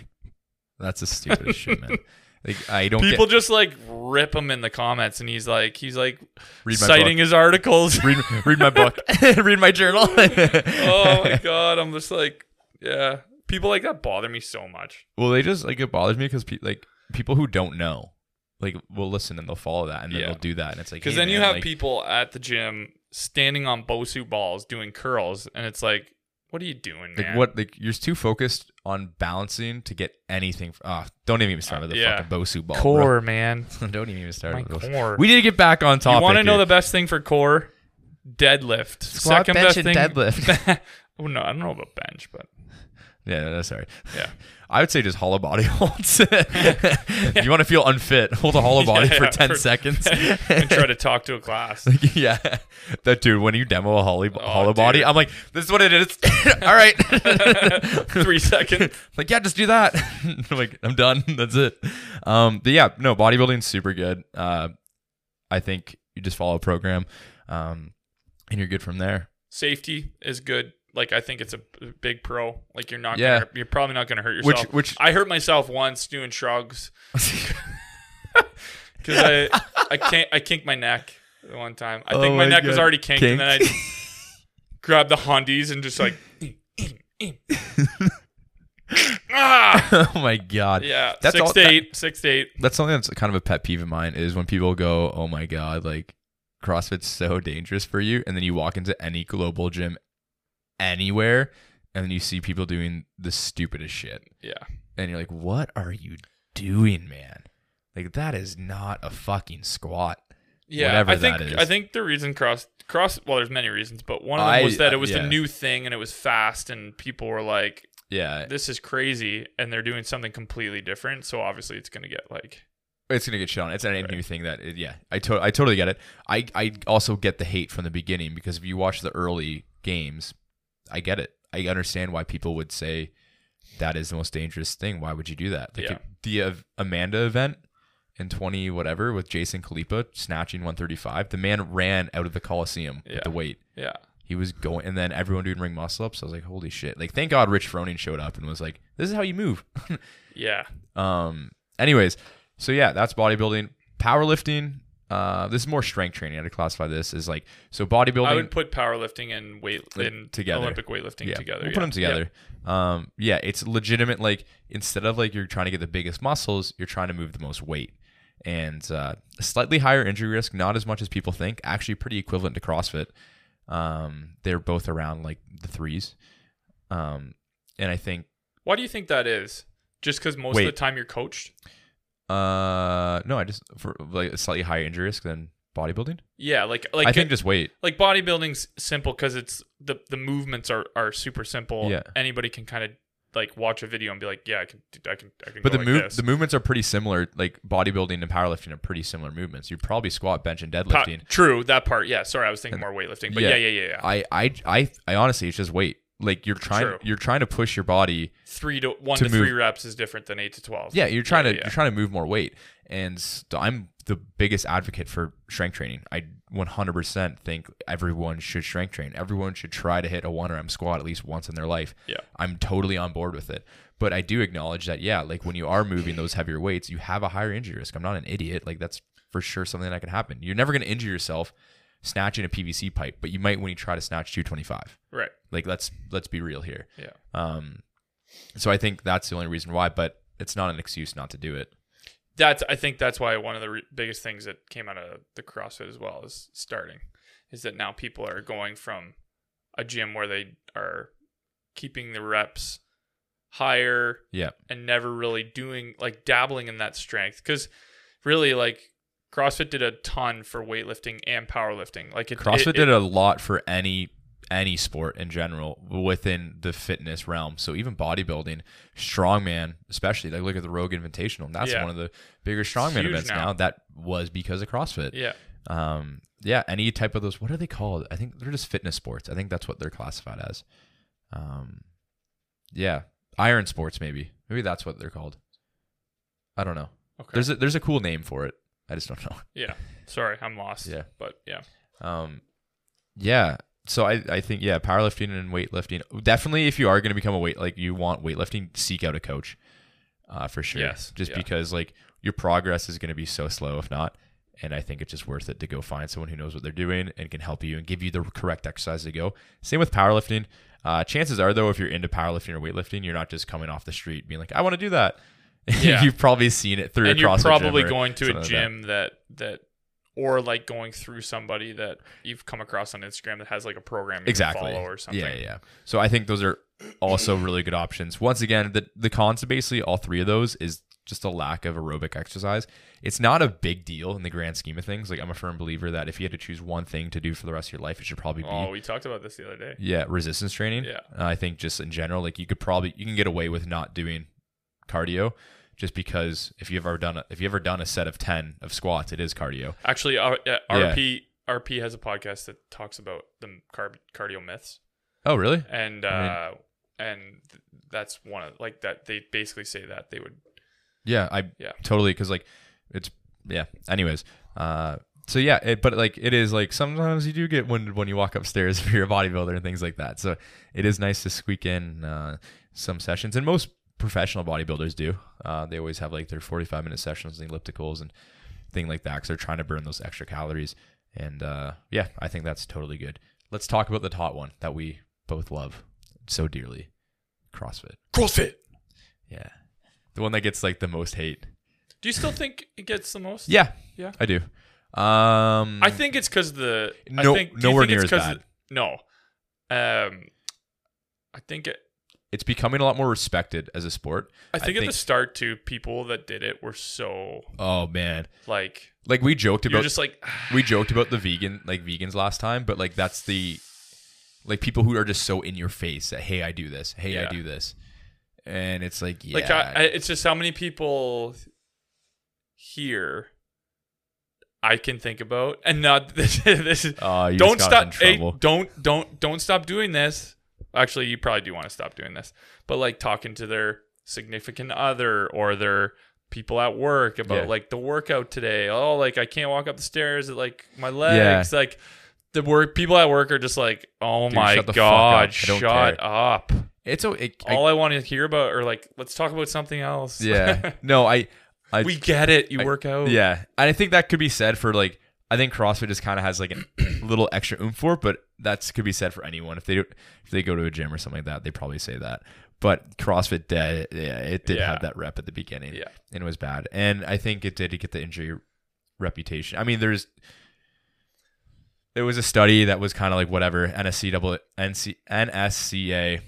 Speaker 2: that's the stupidest shit, man. Like I don't
Speaker 1: People
Speaker 2: get,
Speaker 1: just like rip him in the comments, and he's like, he's like
Speaker 2: read my
Speaker 1: citing his articles.
Speaker 2: book. Read, read my book. read my journal.
Speaker 1: oh my god, I'm just like, yeah. People like that bother me so much.
Speaker 2: Well, they just like it bothers me because pe- like people who don't know, like will listen and they'll follow that and then
Speaker 1: Yeah.
Speaker 2: they'll do that and it's like
Speaker 1: Because
Speaker 2: hey,
Speaker 1: then you
Speaker 2: man,
Speaker 1: have
Speaker 2: like,
Speaker 1: people at the gym standing on Bosu balls doing curls, and it's like, what are you doing, man?
Speaker 2: Like what? Like you're too focused on balancing to get anything. f- Ah, don't even start with the
Speaker 1: Uh, yeah.
Speaker 2: fucking Bosu ball. bro.
Speaker 1: core, man?
Speaker 2: don't even start
Speaker 1: My
Speaker 2: with those.
Speaker 1: core.
Speaker 2: We need to get back on
Speaker 1: you
Speaker 2: topic.
Speaker 1: want to know the
Speaker 2: here.
Speaker 1: best thing for core? Deadlift.
Speaker 2: Squat,
Speaker 1: Second
Speaker 2: bench,
Speaker 1: best
Speaker 2: and
Speaker 1: thing.
Speaker 2: deadlift.
Speaker 1: oh no, I don't know about bench, but
Speaker 2: yeah, no, no, sorry.
Speaker 1: yeah,
Speaker 2: I would say just hollow body holds. If you want to feel unfit, hold a hollow body
Speaker 1: Yeah,
Speaker 2: for
Speaker 1: yeah,
Speaker 2: ten seconds.
Speaker 1: and try to talk to a class.
Speaker 2: yeah, that dude. When you demo a holly, hollow
Speaker 1: Oh, dude.
Speaker 2: body, I'm like, this is what it is. All right.
Speaker 1: Three seconds.
Speaker 2: like yeah just do that I'm like i'm done that's it um but yeah no bodybuilding's super good uh i think you just follow a program um and you're good from there
Speaker 1: Safety is good. Like I think it's a b- big pro. Like you're not.
Speaker 2: Yeah.
Speaker 1: Gonna, you're probably not going to hurt yourself.
Speaker 2: which which
Speaker 1: I hurt myself once doing shrugs because I I can't I kinked my neck the one time. I think
Speaker 2: Oh
Speaker 1: my
Speaker 2: my
Speaker 1: neck was
Speaker 2: God.
Speaker 1: already kinked, and then I
Speaker 2: Kinked?
Speaker 1: just grabbed the hondies and just like. ah!
Speaker 2: oh my god
Speaker 1: Yeah,
Speaker 2: That's
Speaker 1: six
Speaker 2: all-
Speaker 1: to
Speaker 2: that-
Speaker 1: eight, six to eight.
Speaker 2: that's something that's kind of a pet peeve of mine is when people go oh my god like crossfit's so dangerous for you and then you walk into any global gym anywhere and then you see people doing the stupidest shit
Speaker 1: Yeah,
Speaker 2: and you're like, "What are you doing, man? Like that is not a fucking squat."
Speaker 1: yeah.
Speaker 2: Whatever
Speaker 1: I think
Speaker 2: that is.
Speaker 1: I think the reason cross cross well, there's many reasons, but one of them
Speaker 2: I- uh,
Speaker 1: was that it was
Speaker 2: yeah.
Speaker 1: the new thing and it was fast, and people were like,
Speaker 2: Yeah,
Speaker 1: "This is crazy," and they're doing something completely different. So obviously, it's gonna get like
Speaker 2: it's gonna get shit on. It's a new
Speaker 1: Right.
Speaker 2: thing that, it, yeah, I to- I totally get it. I I also get the hate from the beginning because if you watch the early games, I get it. I understand why people would say that is the most dangerous thing. Why would you do that? Like
Speaker 1: Yeah.
Speaker 2: the uh, Amanda event in 20 whatever with Jason Kalipa snatching 135. The man ran out of the Coliseum
Speaker 1: Yeah.
Speaker 2: with the weight.
Speaker 1: yeah.
Speaker 2: he was going, and then everyone doing ring muscle ups. I was like, holy shit! Like, thank God Rich Froning showed up and was like, this is how you move.
Speaker 1: Yeah.
Speaker 2: um. Anyways, so yeah, that's bodybuilding, powerlifting. Uh, this is more strength training. I had to classify this as like so bodybuilding.
Speaker 1: I would put powerlifting and weight
Speaker 2: Like,
Speaker 1: and
Speaker 2: together.
Speaker 1: Olympic weightlifting together.
Speaker 2: We'll
Speaker 1: yeah.
Speaker 2: put them together. Um, yeah, it's legitimate. Like instead of like you're trying to get the biggest muscles, you're trying to move the most weight, and uh, slightly higher injury risk. Not as much as people think. Actually, pretty equivalent to CrossFit. Um, they're both around like the threes. Um, and I think
Speaker 1: Why do you think that is? Just because most of
Speaker 2: Wait.
Speaker 1: the time you're coached.
Speaker 2: uh, no, I just for like a slightly higher injury risk than bodybuilding.
Speaker 1: Yeah, like
Speaker 2: I
Speaker 1: like
Speaker 2: think just weight.
Speaker 1: like bodybuilding's simple because it's the the movements are are super simple.
Speaker 2: Yeah.
Speaker 1: anybody can kind of like watch a video and be like, yeah, I can, I can, I can.
Speaker 2: But
Speaker 1: go
Speaker 2: the
Speaker 1: like
Speaker 2: move
Speaker 1: this.
Speaker 2: the movements are pretty similar. Like bodybuilding and powerlifting are pretty similar movements. You probably squat, bench, and
Speaker 1: Pa-
Speaker 2: deadlifting.
Speaker 1: true, that part. Yeah, sorry, I was thinking more weightlifting, but yeah,
Speaker 2: Yeah.
Speaker 1: yeah, yeah, yeah.
Speaker 2: I, I I I honestly it's just weight. Like you're trying
Speaker 1: True.
Speaker 2: you're trying to push your body.
Speaker 1: Three to one
Speaker 2: To
Speaker 1: to, three
Speaker 2: move.
Speaker 1: reps is different than eight to twelve.
Speaker 2: Yeah, you're trying
Speaker 1: Yeah,
Speaker 2: to
Speaker 1: yeah.
Speaker 2: you're trying to move more weight. And s- I'm the biggest advocate for strength training. I 100% think everyone should strength train. Everyone should try to hit a one RM squat at least once in their life.
Speaker 1: Yeah.
Speaker 2: I'm totally on board with it. But I do acknowledge that yeah, like when you are moving those heavier weights, you have a higher injury risk. I'm not an idiot. Like that's for sure something that can happen. You're never going to injure yourself snatching a PVC pipe, but you might when you try to snatch 225.
Speaker 1: Right.
Speaker 2: Like let's let's be real here.
Speaker 1: Yeah.
Speaker 2: Um, so I think that's the only reason why, but it's not an excuse not to do it.
Speaker 1: That's I think that's why one of the re- biggest things that came out of the CrossFit as well is starting, is that now people are going from a gym where they are keeping the reps higher
Speaker 2: Yeah.
Speaker 1: and never really doing like dabbling in that strength because really like CrossFit did a ton for weightlifting and powerlifting. Like it,
Speaker 2: CrossFit
Speaker 1: it-
Speaker 2: did a lot for any any sport in general within the fitness realm. So even bodybuilding, strongman, especially like look at the Rogue Invitational. That's
Speaker 1: Yeah.
Speaker 2: one of the bigger strongman
Speaker 1: huge
Speaker 2: events
Speaker 1: now.
Speaker 2: now. That was because of CrossFit.
Speaker 1: yeah.
Speaker 2: Um, yeah, any type of those. What are they called? I think they're just fitness sports. I think that's what they're classified as. Um, yeah, iron sports maybe. Maybe that's what they're called. I don't know.
Speaker 1: Okay.
Speaker 2: There's a, there's a cool name for it. I just don't know.
Speaker 1: yeah. Sorry, I'm lost.
Speaker 2: Yeah.
Speaker 1: But yeah.
Speaker 2: Um, yeah. So I, I think yeah, powerlifting and weightlifting definitely. If you are going to become a weight like you want weightlifting, seek out a coach, uh, for sure.
Speaker 1: Yes,
Speaker 2: Just
Speaker 1: yeah.
Speaker 2: because like your progress is going to be so slow if not, and I think it's just worth it to go find someone who knows what they're doing and can help you and give you the correct exercise to go. Same with powerlifting. Uh, chances are though, if you're into powerlifting or weightlifting, you're not just coming off the street being like, I want to do that.
Speaker 1: Yeah.
Speaker 2: You've probably seen it through
Speaker 1: and
Speaker 2: a
Speaker 1: you're
Speaker 2: CrossFit gym
Speaker 1: probably
Speaker 2: or
Speaker 1: going to
Speaker 2: something
Speaker 1: a
Speaker 2: like that.
Speaker 1: gym that that or like going through somebody that you've come across on Instagram that has like a program you
Speaker 2: exactly
Speaker 1: can follow or something.
Speaker 2: Yeah, yeah, yeah. So I think those are also really good options. Once again, the the cons to basically all three of those is just a lack of aerobic exercise. It's not a big deal in the grand scheme of things. Like I'm a firm believer that if you had to choose one thing to do for the rest of your life, it should probably be
Speaker 1: Oh, we talked about this the other day.
Speaker 2: yeah resistance training.
Speaker 1: Yeah.
Speaker 2: Uh, I think just in general, like you could probably you can get away with not doing cardio. Just because if you've ever done a, if you ever done a set of ten of squats, it is cardio.
Speaker 1: Actually, uh, R- yeah,
Speaker 2: Yeah.
Speaker 1: RP RP has a podcast that talks about the carb- cardio myths.
Speaker 2: Oh, really?
Speaker 1: and uh,
Speaker 2: I
Speaker 1: and th- that's one of like that they basically say that they would
Speaker 2: Yeah, I
Speaker 1: Yeah.
Speaker 2: totally because like it's yeah. Anyways, uh, so yeah, it, but like it is like sometimes you do get winded when you walk upstairs if you're a bodybuilder and things like that. So it is nice to squeak in uh, some sessions, and most professional bodybuilders do. Uh, they always have like their 45 minute sessions, and ellipticals, and thing like that because they're trying to burn those extra calories. And uh, yeah, I think that's totally good. Let's talk about the top one that we both love so dearly, CrossFit.
Speaker 1: CrossFit.
Speaker 2: Yeah, the one that gets like the most hate.
Speaker 1: Do you still think it gets the most?
Speaker 2: Yeah.
Speaker 1: Yeah.
Speaker 2: I do. Um
Speaker 1: I think it's because the
Speaker 2: No-
Speaker 1: I think, do you
Speaker 2: nowhere
Speaker 1: think it's
Speaker 2: near as
Speaker 1: 'cause-
Speaker 2: bad.
Speaker 1: No, um, I think it.
Speaker 2: it's becoming a lot more respected as a sport.
Speaker 1: I think at
Speaker 2: think-
Speaker 1: the start too, people that did it were so
Speaker 2: Oh man.
Speaker 1: like
Speaker 2: Like we joked
Speaker 1: you're
Speaker 2: about
Speaker 1: just like "Ah,
Speaker 2: we joked about the vegan like vegans last time, but like that's the like people who are just so in your face that hey I do this, hey
Speaker 1: Yeah.
Speaker 2: I do this. And it's like yeah.
Speaker 1: like I, I, it's just how many people here I can think about and not this this is
Speaker 2: Oh, you
Speaker 1: don't
Speaker 2: just got
Speaker 1: stop
Speaker 2: in
Speaker 1: hey,
Speaker 2: trouble.
Speaker 1: don't don't don't stop doing this actually you probably do want to stop doing this but like talking to their significant other or their people at work about
Speaker 2: Yeah.
Speaker 1: like the workout today oh like i can't walk up the stairs at like my legs like the work people at work are just like oh
Speaker 2: Dude,
Speaker 1: my
Speaker 2: shut the fuck
Speaker 1: god
Speaker 2: up. I don't
Speaker 1: shut
Speaker 2: care."
Speaker 1: up
Speaker 2: it's a it, I-
Speaker 1: all i want to hear about or like let's talk about something else
Speaker 2: yeah. No, I I
Speaker 1: we get it you
Speaker 2: I-
Speaker 1: work out
Speaker 2: Yeah, and I think that could be said for like I think CrossFit just kind of has like a little extra oomph for, it, but that's could be said for anyone if they do, if they go to a gym or something like that, they probably say that. But CrossFit did, yeah, it did
Speaker 1: Yeah.
Speaker 2: have that rep at the beginning,
Speaker 1: Yeah.
Speaker 2: and it was bad, and I think it did get the injury reputation. I mean, there's there was a study that was kind of like whatever NSCAA, NC, NSCA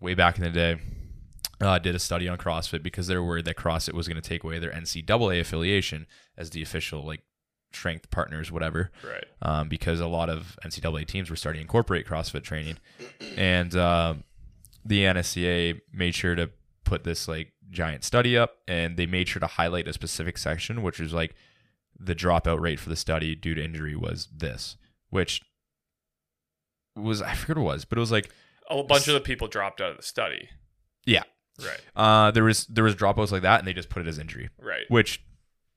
Speaker 2: way back in the day uh, did a study on CrossFit because they were worried that CrossFit was going to take away their NCAA affiliation as the official like strength partners, whatever,
Speaker 1: right
Speaker 2: um, because a lot of NCAA teams were starting to incorporate CrossFit training, and um the NSCA made sure to put this like giant study up and they made sure to highlight a specific section, which was like the dropout rate for the study due to injury was this, which was, I forget what it was, but it was like,
Speaker 1: A bunch of the people dropped out of the study.
Speaker 2: Yeah.
Speaker 1: Right.
Speaker 2: uh, there was, there was dropouts like that and they just put it as injury,
Speaker 1: Right.
Speaker 2: which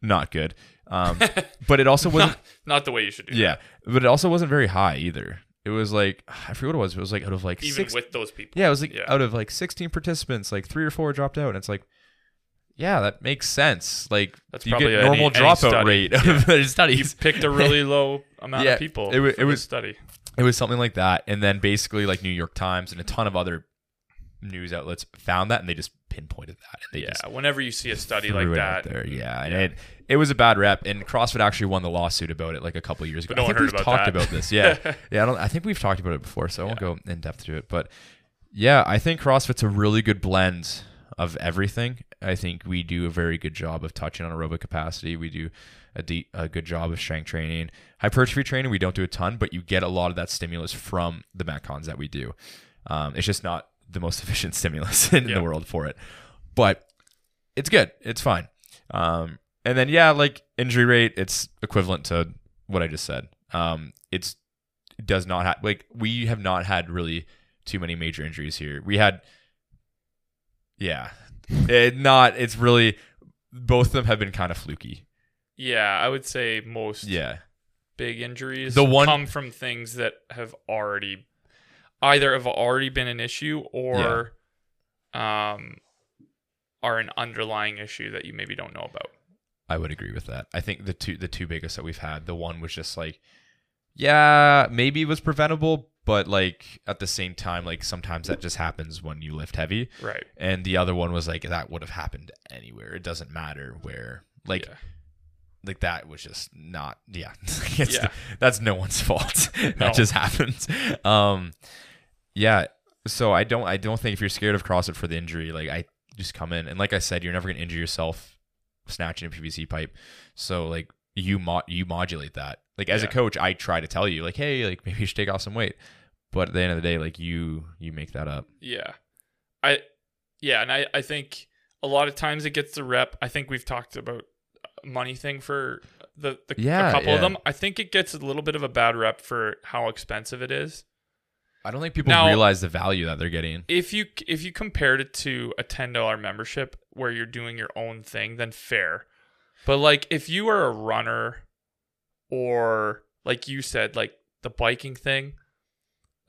Speaker 2: not good. Um, but it also wasn't,
Speaker 1: not, not the way you should do.
Speaker 2: yeah, but it also wasn't very high either. It was like, I forget what it was, but it was like out of like
Speaker 1: That, even
Speaker 2: six,
Speaker 1: with those people.
Speaker 2: Yeah, it was like
Speaker 1: Yeah.
Speaker 2: out of like 16 participants, like three or four dropped out, and it's like, yeah, that makes sense. Like
Speaker 1: That's
Speaker 2: you get
Speaker 1: probably any-
Speaker 2: normal
Speaker 1: any
Speaker 2: dropout
Speaker 1: study.
Speaker 2: rate of their
Speaker 1: You
Speaker 2: studies.
Speaker 1: picked a really low amount
Speaker 2: Yeah,
Speaker 1: of people.
Speaker 2: it wa- it
Speaker 1: for the
Speaker 2: was-
Speaker 1: study.
Speaker 2: It was something like that, and then basically like New York Times and a ton of other news outlets found that, and they just pinpointed that. And they
Speaker 1: Yeah.
Speaker 2: just
Speaker 1: Whenever you see a study
Speaker 2: threw
Speaker 1: like
Speaker 2: it
Speaker 1: that,
Speaker 2: out there. Yeah, and it it was a bad rep, and CrossFit actually won the lawsuit about it like a couple of years ago.
Speaker 1: But no
Speaker 2: I
Speaker 1: one
Speaker 2: think
Speaker 1: heard
Speaker 2: we've
Speaker 1: about
Speaker 2: talked
Speaker 1: that.
Speaker 2: about this. Yeah, yeah, I don't. I think we've talked about it before, so I won't go in depth to it. But yeah, I think CrossFit's a really good blend of everything. I think we do a very good job of touching on aerobic capacity. We do a, de- a good job of strength training, hypertrophy training. We don't do a ton, but you get a lot of that stimulus from the metcons that we do. Um, it's just not the most efficient stimulus in
Speaker 1: Yeah.
Speaker 2: the world for it, but it's good. It's fine. Um, and then yeah, like injury rate, it's equivalent to what I just said. Um, it's it does not have like we have not had really too many major injuries here. We had, yeah, it not. It's really both of them have been kind of fluky.
Speaker 1: yeah, I would say most
Speaker 2: Yeah,
Speaker 1: big injuries
Speaker 2: The one-
Speaker 1: come from things that have already either have already been an issue or um are an underlying issue that you maybe don't know about.
Speaker 2: I would agree with that. I think the two the two biggest that we've had, the one was just like, yeah, maybe it was preventable, but like at the same time, like sometimes that just happens when you lift heavy.
Speaker 1: Right.
Speaker 2: And the other one was like that would have happened anywhere. It doesn't matter where. Like
Speaker 1: Yeah.
Speaker 2: like that was just not yeah, It's-
Speaker 1: Yeah.
Speaker 2: that's no onene's fault
Speaker 1: No.
Speaker 2: that just happened um yeah so i don't i don't think if you're scared of crossfit for the injury like i just come in and like i said you're never going to injure yourself snatching a pvc pipe so like you mo- you modulate that like as a
Speaker 1: Yeah.
Speaker 2: coach i try to tell you like hey like maybe you should take off some weight but at the end of the day like you you make that up
Speaker 1: Yeah. I yeah, and I I think a lot of times it gets the rep. I think we've talked about uh, money thing for the, the
Speaker 2: Yeah,
Speaker 1: a couple
Speaker 2: yeah.
Speaker 1: of them. I think it gets a little bit of a bad rep for how expensive it is.
Speaker 2: i don't think people
Speaker 1: Now-
Speaker 2: realize the value that they're getting
Speaker 1: If you if you compared it to a ten dollar membership where you're doing your own thing, then fair. But like if you are a runner or like you said, like the biking thing,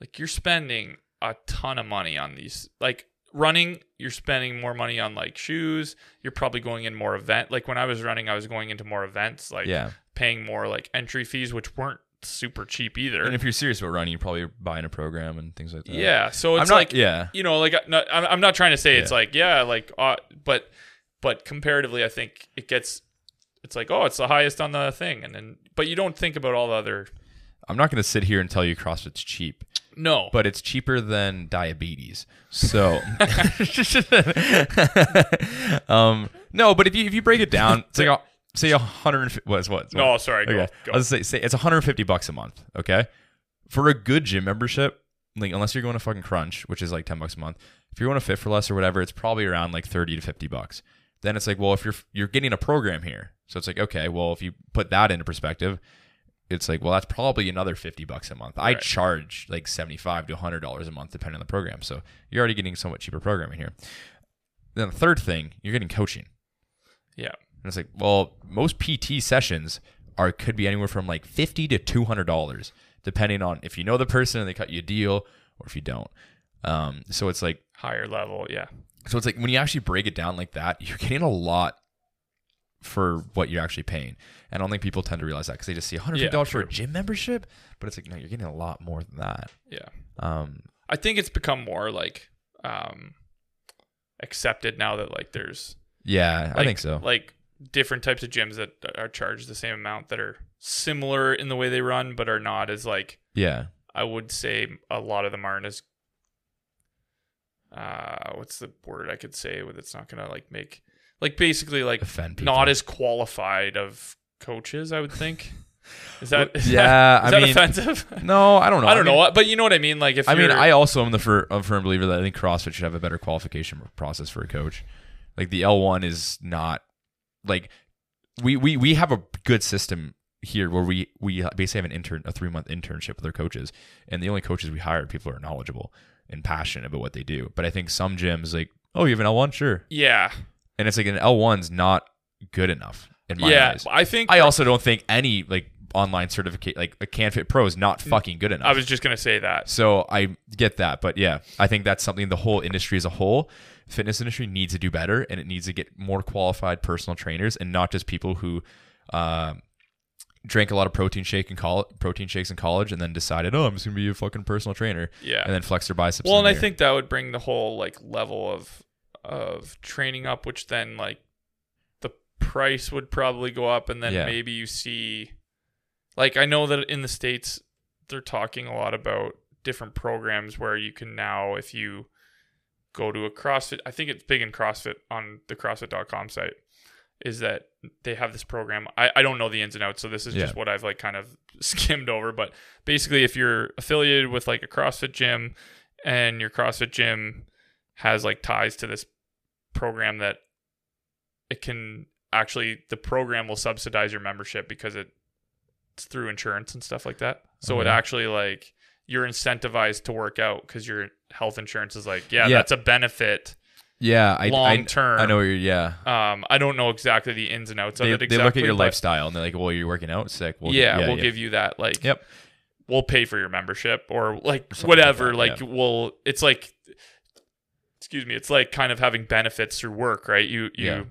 Speaker 1: like you're spending a ton of money on these like running you're spending more money on like shoes you're probably going in more event like when i was running i was going into more events like
Speaker 2: yeah
Speaker 1: paying more like entry fees which weren't super cheap
Speaker 2: and
Speaker 1: either
Speaker 2: if you're serious about running you're probably buying a program and things like that
Speaker 1: yeah so
Speaker 2: i'm
Speaker 1: it's
Speaker 2: not
Speaker 1: like
Speaker 2: yeah
Speaker 1: you know, like I- no, I'm, I'm not trying to say it's
Speaker 2: Yeah.
Speaker 1: like yeah, like uh, but but comparatively, I think it gets it's like oh, it's the highest on the thing, and then but you don't think about all the other
Speaker 2: I'm not going to sit here and tell you CrossFit's cheap,
Speaker 1: no,
Speaker 2: but it's cheaper than diabetes. So, um, no, but if you if you break it down, it's like a, say 150 was what?
Speaker 1: no, sorry,
Speaker 2: okay.
Speaker 1: go,
Speaker 2: I'll
Speaker 1: go.
Speaker 2: just say say it's 150 bucks a month. Okay, for a good gym membership, like unless you're going to fucking Crunch, which is like 10 bucks a month. If you're going to Fit for Less or whatever, it's probably around like 30 to 50 bucks. Then it's like, well, if you're you're getting a program here, so it's like, okay, well, if you put that into perspective, it's like, well, that's probably another 50 bucks a month. I
Speaker 1: Right.
Speaker 2: charge like 75 to 100 dollars a month depending on the program. So you're already getting somewhat cheaper programming here. Then the third thing, you're getting coaching.
Speaker 1: Yeah.
Speaker 2: And it's like, well, most PT sessions are could be anywhere from like 50 to 200 dollars depending on if you know the person and they cut you a deal or if you don't. Um, so it's like
Speaker 1: higher level, yeah,
Speaker 2: so it's like when you actually break it down like that, you're getting a lot for what you're actually paying. And I don't think people tend to realize that because they just see $150 for a
Speaker 1: true.
Speaker 2: gym membership, but it's like no, you're getting a lot more than that.
Speaker 1: yeah.
Speaker 2: Um,
Speaker 1: I think it's become more like um accepted now that like there's
Speaker 2: yeah, I
Speaker 1: Like-
Speaker 2: think so.
Speaker 1: like different types of gyms that are charged the same amount that are similar in the way they run, but are not as like
Speaker 2: yeah,
Speaker 1: I would say a lot of them aren't as uh what's the word I could say with it's not gonna like make like basically like
Speaker 2: offend people.
Speaker 1: not as qualified of coaches, I would think. Is that is
Speaker 2: Yeah,
Speaker 1: That, is
Speaker 2: I
Speaker 1: that
Speaker 2: mean-
Speaker 1: offensive?
Speaker 2: No, I don't know.
Speaker 1: I don't
Speaker 2: mean-
Speaker 1: know, uh, but you know what I mean. Like if
Speaker 2: I mean,
Speaker 1: you're-
Speaker 2: I also am the fir- a firm believer that I think CrossFit should have a better qualification process for a coach. Like the L one is not like we we we have a good system here where we we basically have an intern a three month internship with our coaches, and the only coaches we hire are people who are knowledgeable and passionate about what they do. But I think some gyms like oh you have an L one sure,
Speaker 1: yeah,
Speaker 2: and it's like an L one's not good enough in my
Speaker 1: yeah.
Speaker 2: eyes.
Speaker 1: I think
Speaker 2: I also don't think any like online certificate like a CanFit Pro is not fucking good enough.
Speaker 1: Mm. I was just gonna say that.
Speaker 2: So I get that, but yeah, I think that's something the whole industry as a whole, fitness industry needs to do better, and it needs to get more qualified personal trainers and not just people who um, drank a lot of protein shake and call protein shakes in college and then decided, oh, I'm just gonna be a fucking personal trainer,
Speaker 1: Yeah.
Speaker 2: and then flex their biceps.
Speaker 1: well, and
Speaker 2: in the
Speaker 1: I
Speaker 2: mirror.
Speaker 1: think that would bring the whole like level of of training up, which then like the price would probably go up, and then
Speaker 2: Yeah.
Speaker 1: maybe you see, like I know that in the states they're talking a lot about different programs where you can now if you go to a CrossFit, I think it's big in CrossFit on the CrossFit.com site. Is that they have this program? I, I don't know the ins and outs, so this is
Speaker 2: Yeah.
Speaker 1: just what I've like kind of skimmed over. But basically, if you're affiliated with like a CrossFit gym, and your CrossFit gym has like ties to this program that it can actually the program will subsidize your membership because it- it's through insurance and stuff like that. So it
Speaker 2: Okay.
Speaker 1: actually like you're incentivized to work out because your health insurance is like, yeah,
Speaker 2: Yeah.
Speaker 1: that's a benefit
Speaker 2: yeah, I,
Speaker 1: long
Speaker 2: I,
Speaker 1: term.
Speaker 2: I know you're yeah.
Speaker 1: Um, I don't know exactly the ins and outs
Speaker 2: They,
Speaker 1: of it.
Speaker 2: they
Speaker 1: Exactly,
Speaker 2: look at your
Speaker 1: but
Speaker 2: lifestyle and they're like, well, you're working out, sick. We'll,
Speaker 1: yeah, we'll give you that. Like,
Speaker 2: Yep.
Speaker 1: we'll pay for your membership or like
Speaker 2: something like
Speaker 1: whatever.
Speaker 2: that,
Speaker 1: Like, we'll. It's like, excuse me. It's like kind of having benefits through work, right? You you
Speaker 2: Yeah.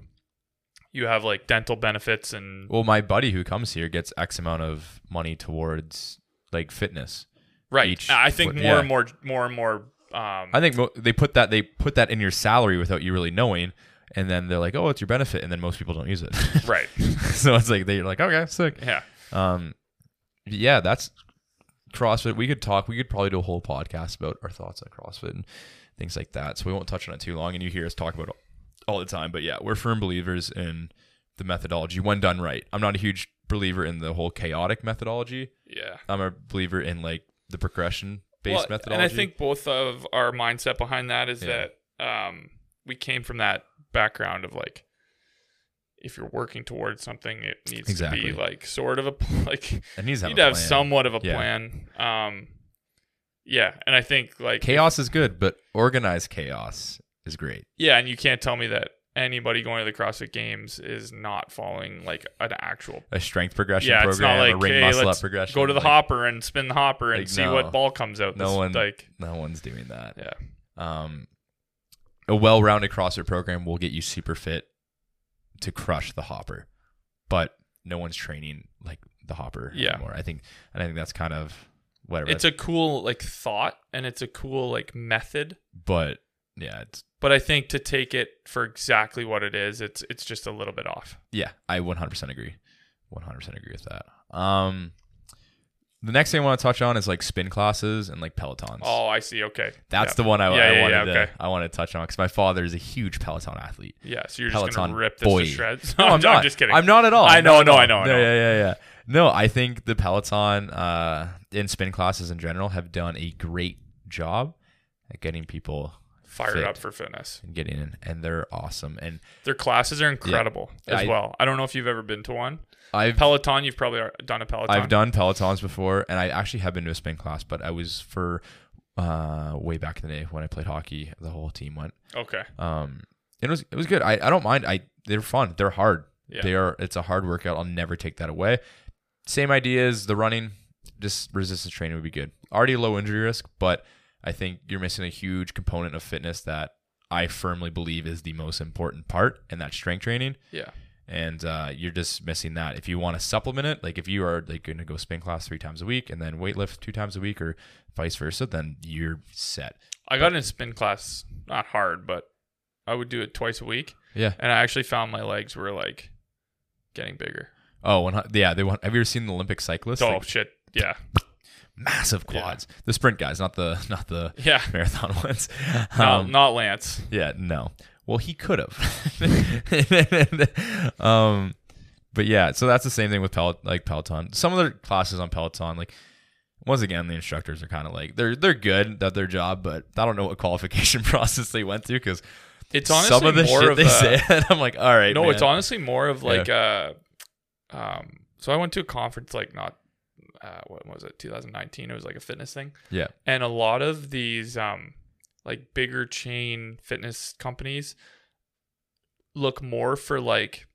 Speaker 1: you have like dental benefits and
Speaker 2: Well, my buddy who comes here gets X amount of money towards like fitness.
Speaker 1: right.
Speaker 2: each-
Speaker 1: I think
Speaker 2: what-
Speaker 1: more
Speaker 2: yeah.
Speaker 1: and more, more and more. Um,
Speaker 2: I think mo- they put that they put that in your salary without you really knowing, and then they're like, "Oh, it's your benefit," and then most people don't use it.
Speaker 1: right.
Speaker 2: so it's like they're like, "Okay, sick."
Speaker 1: Yeah.
Speaker 2: Um, yeah, that's CrossFit. We could talk. We could probably do a whole podcast about our thoughts on CrossFit and things like that. So we won't touch on it too long. And you hear us talk about it all the time. But yeah, we're firm believers in the methodology when done right. I'm not a huge believer in the whole chaotic methodology.
Speaker 1: Yeah.
Speaker 2: I'm a believer in like the progression based
Speaker 1: Well,
Speaker 2: methodology.
Speaker 1: And I think both of our mindset behind that is
Speaker 2: Yeah.
Speaker 1: that um, we came from that background of like, if you're working towards something, it needs to
Speaker 2: Exactly.
Speaker 1: be like sort of a like you
Speaker 2: it needs to have,
Speaker 1: need
Speaker 2: a
Speaker 1: to have
Speaker 2: plan.
Speaker 1: somewhat of a
Speaker 2: Yeah.
Speaker 1: plan. Um, yeah, and I think like
Speaker 2: chaos is good, but organized chaos is great.
Speaker 1: yeah, and you can't tell me that anybody going to the CrossFit Games is not following like an actual
Speaker 2: A strength progression
Speaker 1: yeah.
Speaker 2: program,
Speaker 1: It's not like
Speaker 2: a ring
Speaker 1: hey,
Speaker 2: muscle
Speaker 1: let's
Speaker 2: up progression.
Speaker 1: go to the
Speaker 2: like,
Speaker 1: hopper and spin the hopper and
Speaker 2: like,
Speaker 1: see
Speaker 2: no.
Speaker 1: what ball comes out.
Speaker 2: No
Speaker 1: This-
Speaker 2: one-
Speaker 1: like
Speaker 2: No one's doing that.
Speaker 1: yeah.
Speaker 2: Um, a well-rounded CrossFit program will get you super fit to crush the hopper, but no one's training like the hopper
Speaker 1: Yeah.
Speaker 2: anymore. I think, and I think that's kind of whatever.
Speaker 1: it's a cool like thought and it's a cool like method
Speaker 2: but yeah, it's
Speaker 1: but i think to take it for exactly what it is it's it's just a little bit off
Speaker 2: Yeah, I 100% agree. 100% agree with that. Um, the next thing I want to touch on is like spin classes and like pelotons.
Speaker 1: oh i see okay
Speaker 2: That's
Speaker 1: yeah.
Speaker 2: the one
Speaker 1: Yeah,
Speaker 2: I, I
Speaker 1: yeah,
Speaker 2: wanted
Speaker 1: yeah,
Speaker 2: to
Speaker 1: okay.
Speaker 2: I want to touch on because my father is a huge peloton athlete.
Speaker 1: the yeah so you're just gonna
Speaker 2: Peloton
Speaker 1: rip this
Speaker 2: boy.
Speaker 1: to shreds
Speaker 2: No, I'm, not.
Speaker 1: just kidding
Speaker 2: I'm not at all.
Speaker 1: I
Speaker 2: I'm
Speaker 1: know,
Speaker 2: not at
Speaker 1: no,
Speaker 2: all.
Speaker 1: I know, I know.
Speaker 2: Yeah, yeah, yeah, yeah. No, I think the peloton uh, in spin classes in general have done a great job at getting people
Speaker 1: fired
Speaker 2: fit.
Speaker 1: up for fitness
Speaker 2: and getting in, and they're awesome. And
Speaker 1: their classes are incredible as
Speaker 2: I-
Speaker 1: well i don't know if you've ever been to one
Speaker 2: I've
Speaker 1: peloton you've probably are- done a peloton
Speaker 2: I've done Pelotons before, and I actually have been to a spin class, but I was for uh, way back in the day when I played hockey. The whole team went.
Speaker 1: okay
Speaker 2: Um, it was it was good. I, I don't mind. I they're fun. They're hard.
Speaker 1: Yeah.
Speaker 2: They are. It's a hard workout. I'll never take that away. Same idea as the running. Just resistance training would be good. Already low injury risk, but I think you're missing a huge component of fitness that I firmly believe is the most important part, and that's strength training
Speaker 1: yeah
Speaker 2: and uh, you're just missing that. If you want to supplement it, like if you are like going to go spin class three times a week and then weightlift two times a week or vice versa, then you're set.
Speaker 1: i got in a spin class not hard but i would do it twice a week
Speaker 2: Yeah.
Speaker 1: and i actually found my legs were like getting bigger
Speaker 2: Oh, one hun- yeah. They want. Have you ever seen the Olympic cyclists?
Speaker 1: oh
Speaker 2: Like,
Speaker 1: shit yeah
Speaker 2: massive quads. The sprint guys, not the not the
Speaker 1: yeah
Speaker 2: marathon ones.
Speaker 1: No,
Speaker 2: Um,
Speaker 1: not Lance.
Speaker 2: Yeah, no. Well, he could have. um, but yeah, so that's the same thing with Pel- like Peloton. Some of their classes on Peloton, like once again, the instructors are kind of like they're they're good at their job, but I don't know what qualification process they went through because
Speaker 1: It's honestly
Speaker 2: some of the
Speaker 1: more
Speaker 2: shit
Speaker 1: of
Speaker 2: they
Speaker 1: a-
Speaker 2: said, I'm like, all right,
Speaker 1: no,
Speaker 2: man.
Speaker 1: it's honestly more of like uh, um. So I went to a conference like not uh, what was it 2019? It was like a fitness thing.
Speaker 2: Yeah.
Speaker 1: and a lot of these um like bigger chain fitness companies look more for like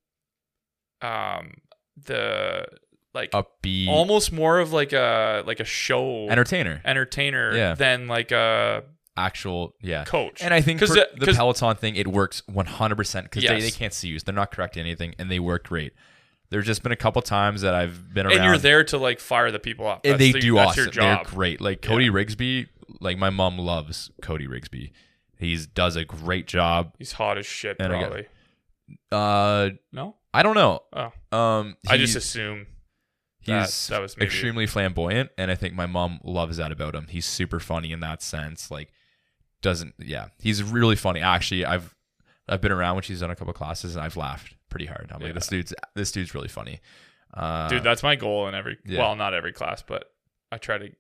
Speaker 1: um the like
Speaker 2: upbeat
Speaker 1: almost more of like a like a show
Speaker 2: entertainer,
Speaker 1: entertainer
Speaker 2: Yeah.
Speaker 1: than like a
Speaker 2: actual yeah.
Speaker 1: coach.
Speaker 2: And I think
Speaker 1: 'Cause
Speaker 2: for
Speaker 1: the-
Speaker 2: the
Speaker 1: 'cause-
Speaker 2: Peloton thing, it works 100% because they,
Speaker 1: Yes.
Speaker 2: they can't see you. They're not correcting anything, and they work great. There's just been a couple times that I've been around.
Speaker 1: and you're there to like fire the people up.
Speaker 2: and
Speaker 1: That's
Speaker 2: they
Speaker 1: the-
Speaker 2: do
Speaker 1: that's
Speaker 2: awesome.
Speaker 1: your job.
Speaker 2: They're great. Like Cody Rigsby, like my mom loves Cody Rigsby. He's does a great job.
Speaker 1: He's hot as shit,
Speaker 2: And I got-
Speaker 1: probably.
Speaker 2: Uh,
Speaker 1: No,
Speaker 2: I don't know.
Speaker 1: Oh.
Speaker 2: Um,
Speaker 1: I just
Speaker 2: he-
Speaker 1: assume. that-
Speaker 2: he's
Speaker 1: that was maybe-
Speaker 2: extremely flamboyant, and I think my mom loves that about him. He's super funny in that sense. Like, doesn't yeah, he's really funny. Actually, I've I've been around when she's done a couple classes, and I've laughed pretty hard. I'm
Speaker 1: Yeah.
Speaker 2: like, this dude's this dude's really funny. Uh,
Speaker 1: Dude, that's my goal in every.
Speaker 2: yeah.
Speaker 1: Well, not every class, but I try to.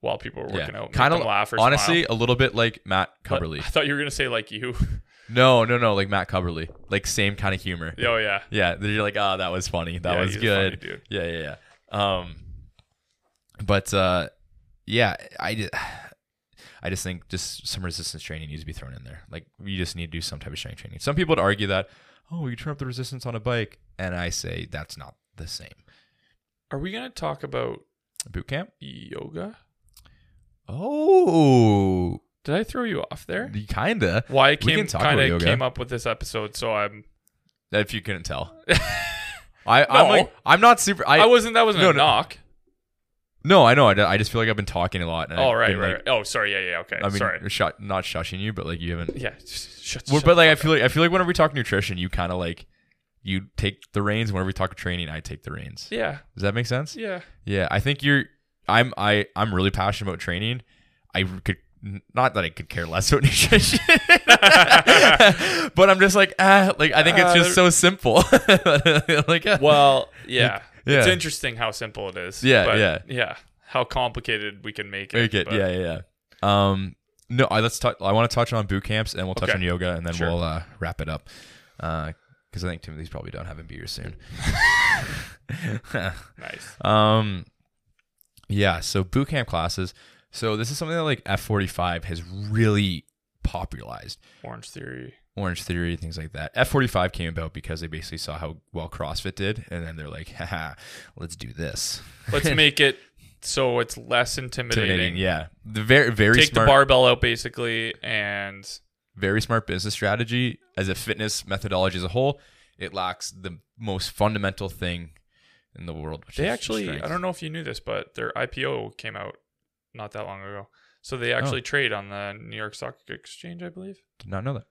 Speaker 1: While people are
Speaker 2: Yeah.
Speaker 1: working out, kind
Speaker 2: Kinda
Speaker 1: of laugh or
Speaker 2: honestly,
Speaker 1: smile.
Speaker 2: a little bit like Matt
Speaker 1: But
Speaker 2: Cubberly.
Speaker 1: I thought you were gonna say like you.
Speaker 2: No, no, no, like Matt Cubberly, like same kind of humor.
Speaker 1: oh yeah,
Speaker 2: Yeah, then you're like, oh, that was funny. That
Speaker 1: Yeah,
Speaker 2: was
Speaker 1: he's a
Speaker 2: good.
Speaker 1: funny dude.
Speaker 2: Yeah, yeah, yeah. Um, but uh, yeah, I just, I just think just some resistance training needs to be thrown in there. Like you just need to do some type of strength training. Some people would argue that, oh, you turn up the resistance on a bike, and I say that's not the same.
Speaker 1: Are we gonna talk about
Speaker 2: Boot camp.
Speaker 1: yoga?
Speaker 2: Oh,
Speaker 1: Did I throw you off there?
Speaker 2: you kinda.
Speaker 1: Why I
Speaker 2: can
Speaker 1: came
Speaker 2: talk about
Speaker 1: kind of
Speaker 2: yoga.
Speaker 1: came up with this episode, so I'm.
Speaker 2: If you couldn't tell, I, I'm
Speaker 1: No.
Speaker 2: like, I'm not super. I,
Speaker 1: I, wasn't. That wasn't
Speaker 2: No,
Speaker 1: a
Speaker 2: no.
Speaker 1: knock.
Speaker 2: no, I know. I, I just feel like I've been talking a lot. And
Speaker 1: oh
Speaker 2: I've
Speaker 1: right,
Speaker 2: been,
Speaker 1: right,
Speaker 2: like,
Speaker 1: right. Oh sorry. Yeah, yeah. Okay.
Speaker 2: I mean,
Speaker 1: sorry.
Speaker 2: shut- not shushing you, but like you haven't.
Speaker 1: Yeah. Just, shut,
Speaker 2: Well,
Speaker 1: shut
Speaker 2: but like
Speaker 1: the
Speaker 2: I
Speaker 1: fuck
Speaker 2: feel like I feel like whenever we talk nutrition, you kind of like you take the reins. Whenever we talk training, I take the reins.
Speaker 1: up. Yeah.
Speaker 2: Does that make sense?
Speaker 1: Yeah.
Speaker 2: Yeah, I think you're. I'm. I. I'm really passionate about training. I could not that I could care less about nutrition, but I'm just like ah, like I think it's just so simple. like ah.
Speaker 1: Uh, Well, yeah. It's
Speaker 2: yeah.
Speaker 1: interesting how simple it is.
Speaker 2: Yeah,
Speaker 1: but
Speaker 2: yeah.
Speaker 1: Yeah. How complicated we can make it.
Speaker 2: Make it.
Speaker 1: but-
Speaker 2: Yeah, yeah, yeah. Um, no, I let's touch. I want to touch on boot camps, and we'll touch
Speaker 1: Okay.
Speaker 2: on yoga, and then
Speaker 1: Sure.
Speaker 2: we'll uh, wrap it up. Because I think Timothy's probably done having beer soon.
Speaker 1: Nice.
Speaker 2: um, yeah. So boot camp classes. So this is something that like F forty five has really popularized.
Speaker 1: Orange Theory.
Speaker 2: Orange Theory, things like that. F45 came about because they basically saw how well CrossFit did, and then they're like, haha, let's do this.
Speaker 1: Let's make it so it's less intimidating.
Speaker 2: Intimidating, yeah. The very, very
Speaker 1: Take
Speaker 2: smart.
Speaker 1: the barbell out basically, and
Speaker 2: very smart business strategy as a fitness methodology as a whole it lacks the most fundamental thing in the world which
Speaker 1: they
Speaker 2: is
Speaker 1: actually
Speaker 2: strength.
Speaker 1: I don't know if you knew this, but their IPO came out not that long ago. So
Speaker 2: Oh.
Speaker 1: they actually trade on the New York Stock Exchange, I believe.
Speaker 2: did not know that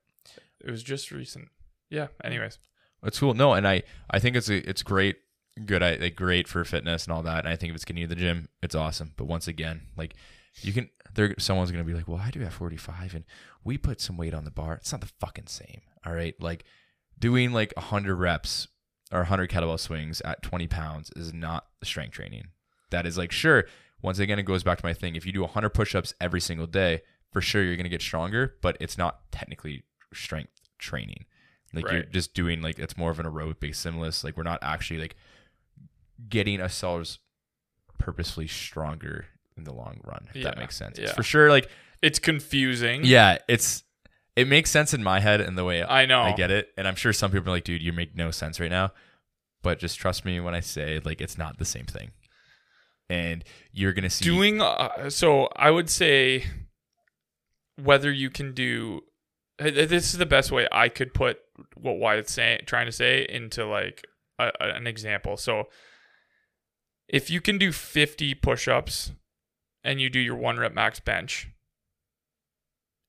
Speaker 1: It was just recent. Yeah. Anyways,
Speaker 2: it's cool no and i i think it's a, it's great good i like great for fitness and all that and i think if it's getting you to the gym it's awesome but once again like you can there someone's gonna be like well i do have 45 and we put some weight on the bar it's not the fucking same all right like doing like 100 reps or 100 kettlebell swings at 20 pounds is not strength training that is like sure once again it goes back to my thing if you do 100 push-ups every single day for sure you're going to get stronger but it's not technically strength training like you're
Speaker 1: Right.
Speaker 2: just doing like it's more of an aerobic stimulus like we're not actually like getting ourselves purposefully stronger in the long run if that
Speaker 1: Yeah,
Speaker 2: makes sense it's
Speaker 1: yeah. Mm.
Speaker 2: for sure like
Speaker 1: it's confusing.
Speaker 2: yeah it's it makes sense in my head and the way
Speaker 1: I know.
Speaker 2: I get it. And I'm sure some people are like, dude, you make no sense right now. But just trust me when I say, like, it's not the same thing. And you're going to see.
Speaker 1: doing uh, so i would say whether you can do th- th- this is the best way i could put what wyatt's saying trying to say into like a, a- an example so if you can do 50 push-ups and you do your one rep max bench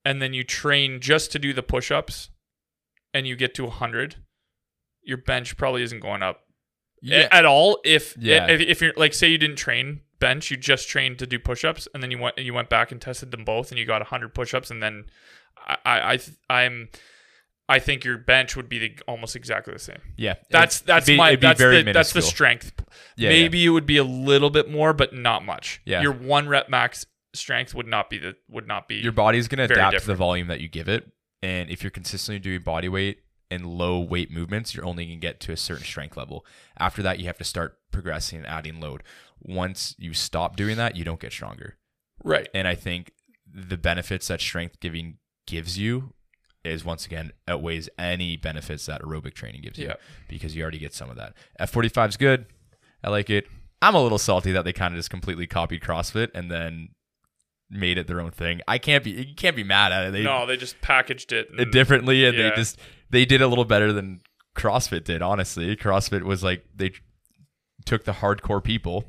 Speaker 1: and then you train just to do the push-ups and you get to 100 your bench probably isn't going up
Speaker 2: yeah,
Speaker 1: at all if,
Speaker 2: Yeah.
Speaker 1: if if you're like say you didn't train bench you just trained to do push-ups and then you went you went back and tested them both and you got 100 push-ups and then i i I th- i'm I think your bench would be the, almost exactly the same.
Speaker 2: Yeah,
Speaker 1: That's
Speaker 2: It'd
Speaker 1: that's
Speaker 2: be-
Speaker 1: my
Speaker 2: it'd be
Speaker 1: that's
Speaker 2: very
Speaker 1: the, that's the
Speaker 2: minuscule.
Speaker 1: strength.
Speaker 2: Yeah, yeah.
Speaker 1: Maybe it would be a little bit more, but not much.
Speaker 2: Yeah.
Speaker 1: Your one rep max strength would not be the would not be
Speaker 2: your body's going to
Speaker 1: Very
Speaker 2: adapt to the
Speaker 1: different.
Speaker 2: volume that you give it and if you're consistently doing body weight and low weight movements you're only going to get to a certain strength level after that you have to start progressing and adding load once you stop doing that you don't get stronger
Speaker 1: right.
Speaker 2: and i think the benefits that strength giving gives you is once again outweighs any benefits that aerobic training gives you
Speaker 1: Yeah.
Speaker 2: because you already get some of that f45 is good i like it i'm a little salty that they kind of just completely copied crossfit and then made it their own thing i can't be you can't be mad at it they
Speaker 1: no, they just packaged it.
Speaker 2: it differently and
Speaker 1: Yeah.
Speaker 2: they just they did a little better than CrossFit did honestly. CrossFit was like they took the hardcore people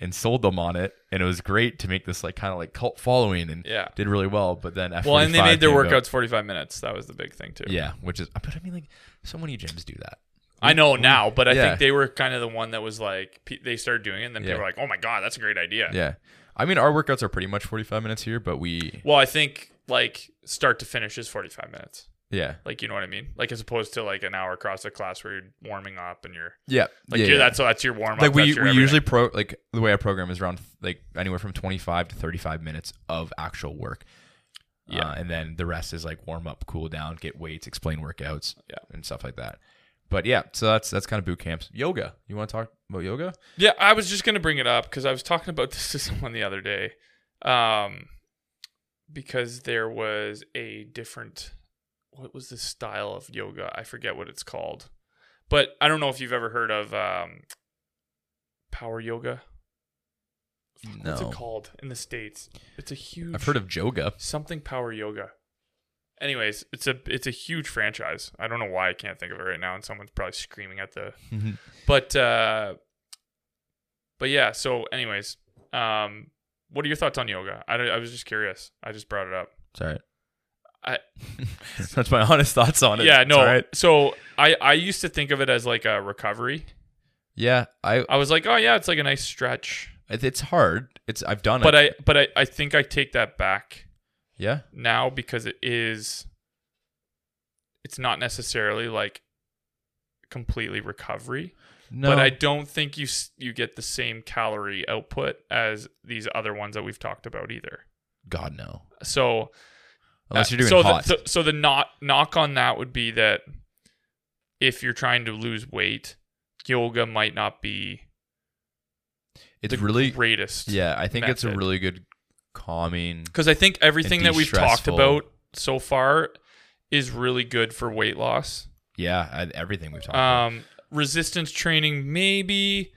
Speaker 2: and sold them on it and it was great to make this like kind of like cult following and
Speaker 1: Yeah.
Speaker 2: did really well but then F45
Speaker 1: Well, and they made their
Speaker 2: came out.
Speaker 1: workouts 45 minutes. That was the big thing too.
Speaker 2: yeah which is but I mean like so many gyms do that
Speaker 1: I know now, but I
Speaker 2: Yeah.
Speaker 1: think they were kind of the one that was like pe- they started doing it, and then
Speaker 2: Yeah.
Speaker 1: people were like, "Oh my god, that's a great idea."
Speaker 2: yeah I mean our workouts are pretty much 45 minutes here but we
Speaker 1: Well, I think like start to finish is 45 minutes.
Speaker 2: yeah
Speaker 1: Like you know what I mean? Like as opposed to like an hour CrossFit class where you're warming up and you're
Speaker 2: yeah
Speaker 1: like
Speaker 2: yeah,
Speaker 1: you're,
Speaker 2: yeah.
Speaker 1: that's that's your warm up.
Speaker 2: like we, we usually pro like the way I program is around like anywhere from 25 to 35 minutes of actual work.
Speaker 1: Yeah.
Speaker 2: Uh, and then the rest is like warm up, cool down, get weights, explain workouts,
Speaker 1: Yeah.
Speaker 2: and stuff like that. But yeah, so that's that's kind of boot camps. Yoga. You want to talk about yoga?
Speaker 1: Yeah, I was just gonna bring it up because I was talking about this to someone the other day, um, because there was a different, what was the style of yoga? I forget what it's called, but I don't know if you've ever heard of um, power yoga. What's
Speaker 2: No.
Speaker 1: it called in the states? It's a huge.
Speaker 2: I've heard of yoga.
Speaker 1: something power yoga anyways it's a it's a huge franchise i don't know why i can't think of it right now and someone's probably screaming at the
Speaker 2: Mhm.
Speaker 1: but uh but yeah so anyways um what are your thoughts on yoga i, don't- I was just curious i just brought it up
Speaker 2: Sorry.
Speaker 1: I-
Speaker 2: that's my honest thoughts on it.
Speaker 1: yeah
Speaker 2: It's
Speaker 1: no
Speaker 2: all right.
Speaker 1: so i i used to think of it as like a recovery
Speaker 2: Yeah, I
Speaker 1: i was like oh yeah it's like a nice stretch
Speaker 2: it- it's hard. It's I've done
Speaker 1: but
Speaker 2: it.
Speaker 1: i but i i think i take that back
Speaker 2: yeah.
Speaker 1: now because it is it's not necessarily like completely recovery
Speaker 2: No.
Speaker 1: but i don't think you s- you get the same calorie output as these other ones that we've talked about either
Speaker 2: God no.
Speaker 1: so
Speaker 2: Unless
Speaker 1: uh,
Speaker 2: you're doing
Speaker 1: so
Speaker 2: hot.
Speaker 1: The, so, so the not, knock on that would be that if you're trying to lose weight yoga might not be
Speaker 2: it's
Speaker 1: the
Speaker 2: really
Speaker 1: greatest
Speaker 2: yeah, I think it's a
Speaker 1: method.
Speaker 2: really good calming
Speaker 1: because I think everything that we've talked
Speaker 2: de-stressful.
Speaker 1: about so far is really good for weight loss.
Speaker 2: Yeah, I, everything we've talked about.
Speaker 1: Um, resistance training, maybe,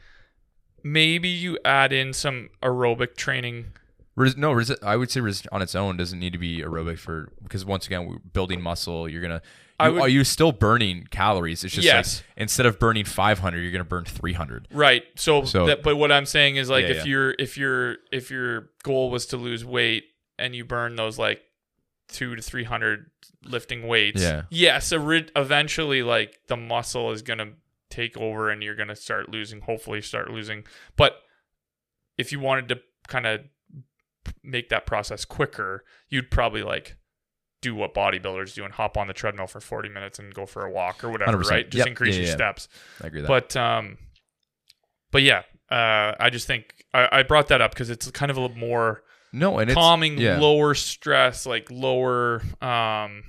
Speaker 1: maybe you add in some aerobic training.
Speaker 2: Res- no, resi- I would say resist on its own doesn't need to be aerobic for because once again, we're building muscle. You're gonna.
Speaker 1: I
Speaker 2: You,
Speaker 1: would-
Speaker 2: are you still burning calories? It's just
Speaker 1: Yes.
Speaker 2: like instead of burning 500, you're gonna burn 300.
Speaker 1: Right. So,
Speaker 2: So-
Speaker 1: that, but what I'm saying is like
Speaker 2: Yeah,
Speaker 1: if
Speaker 2: yeah.
Speaker 1: your if your if your goal was to lose weight and you burn those like two to three hundred lifting weights,
Speaker 2: Yeah.
Speaker 1: yes, ori- eventually like the muscle is gonna take over and you're gonna start losing. Hopefully, start losing. But if you wanted to kind of make that process quicker, you'd probably like do what bodybuilders do and hop on the treadmill for 40 minutes and go for a walk or whatever,
Speaker 2: 100%.
Speaker 1: right? Just
Speaker 2: Yep.
Speaker 1: increase
Speaker 2: Yeah,
Speaker 1: your
Speaker 2: yeah.
Speaker 1: steps.
Speaker 2: I agree with that.
Speaker 1: But um, but yeah, uh, I just think I, I brought that up because it's kind of a little more
Speaker 2: no, and it's
Speaker 1: calming,
Speaker 2: yeah.
Speaker 1: lower stress, like lower. Um,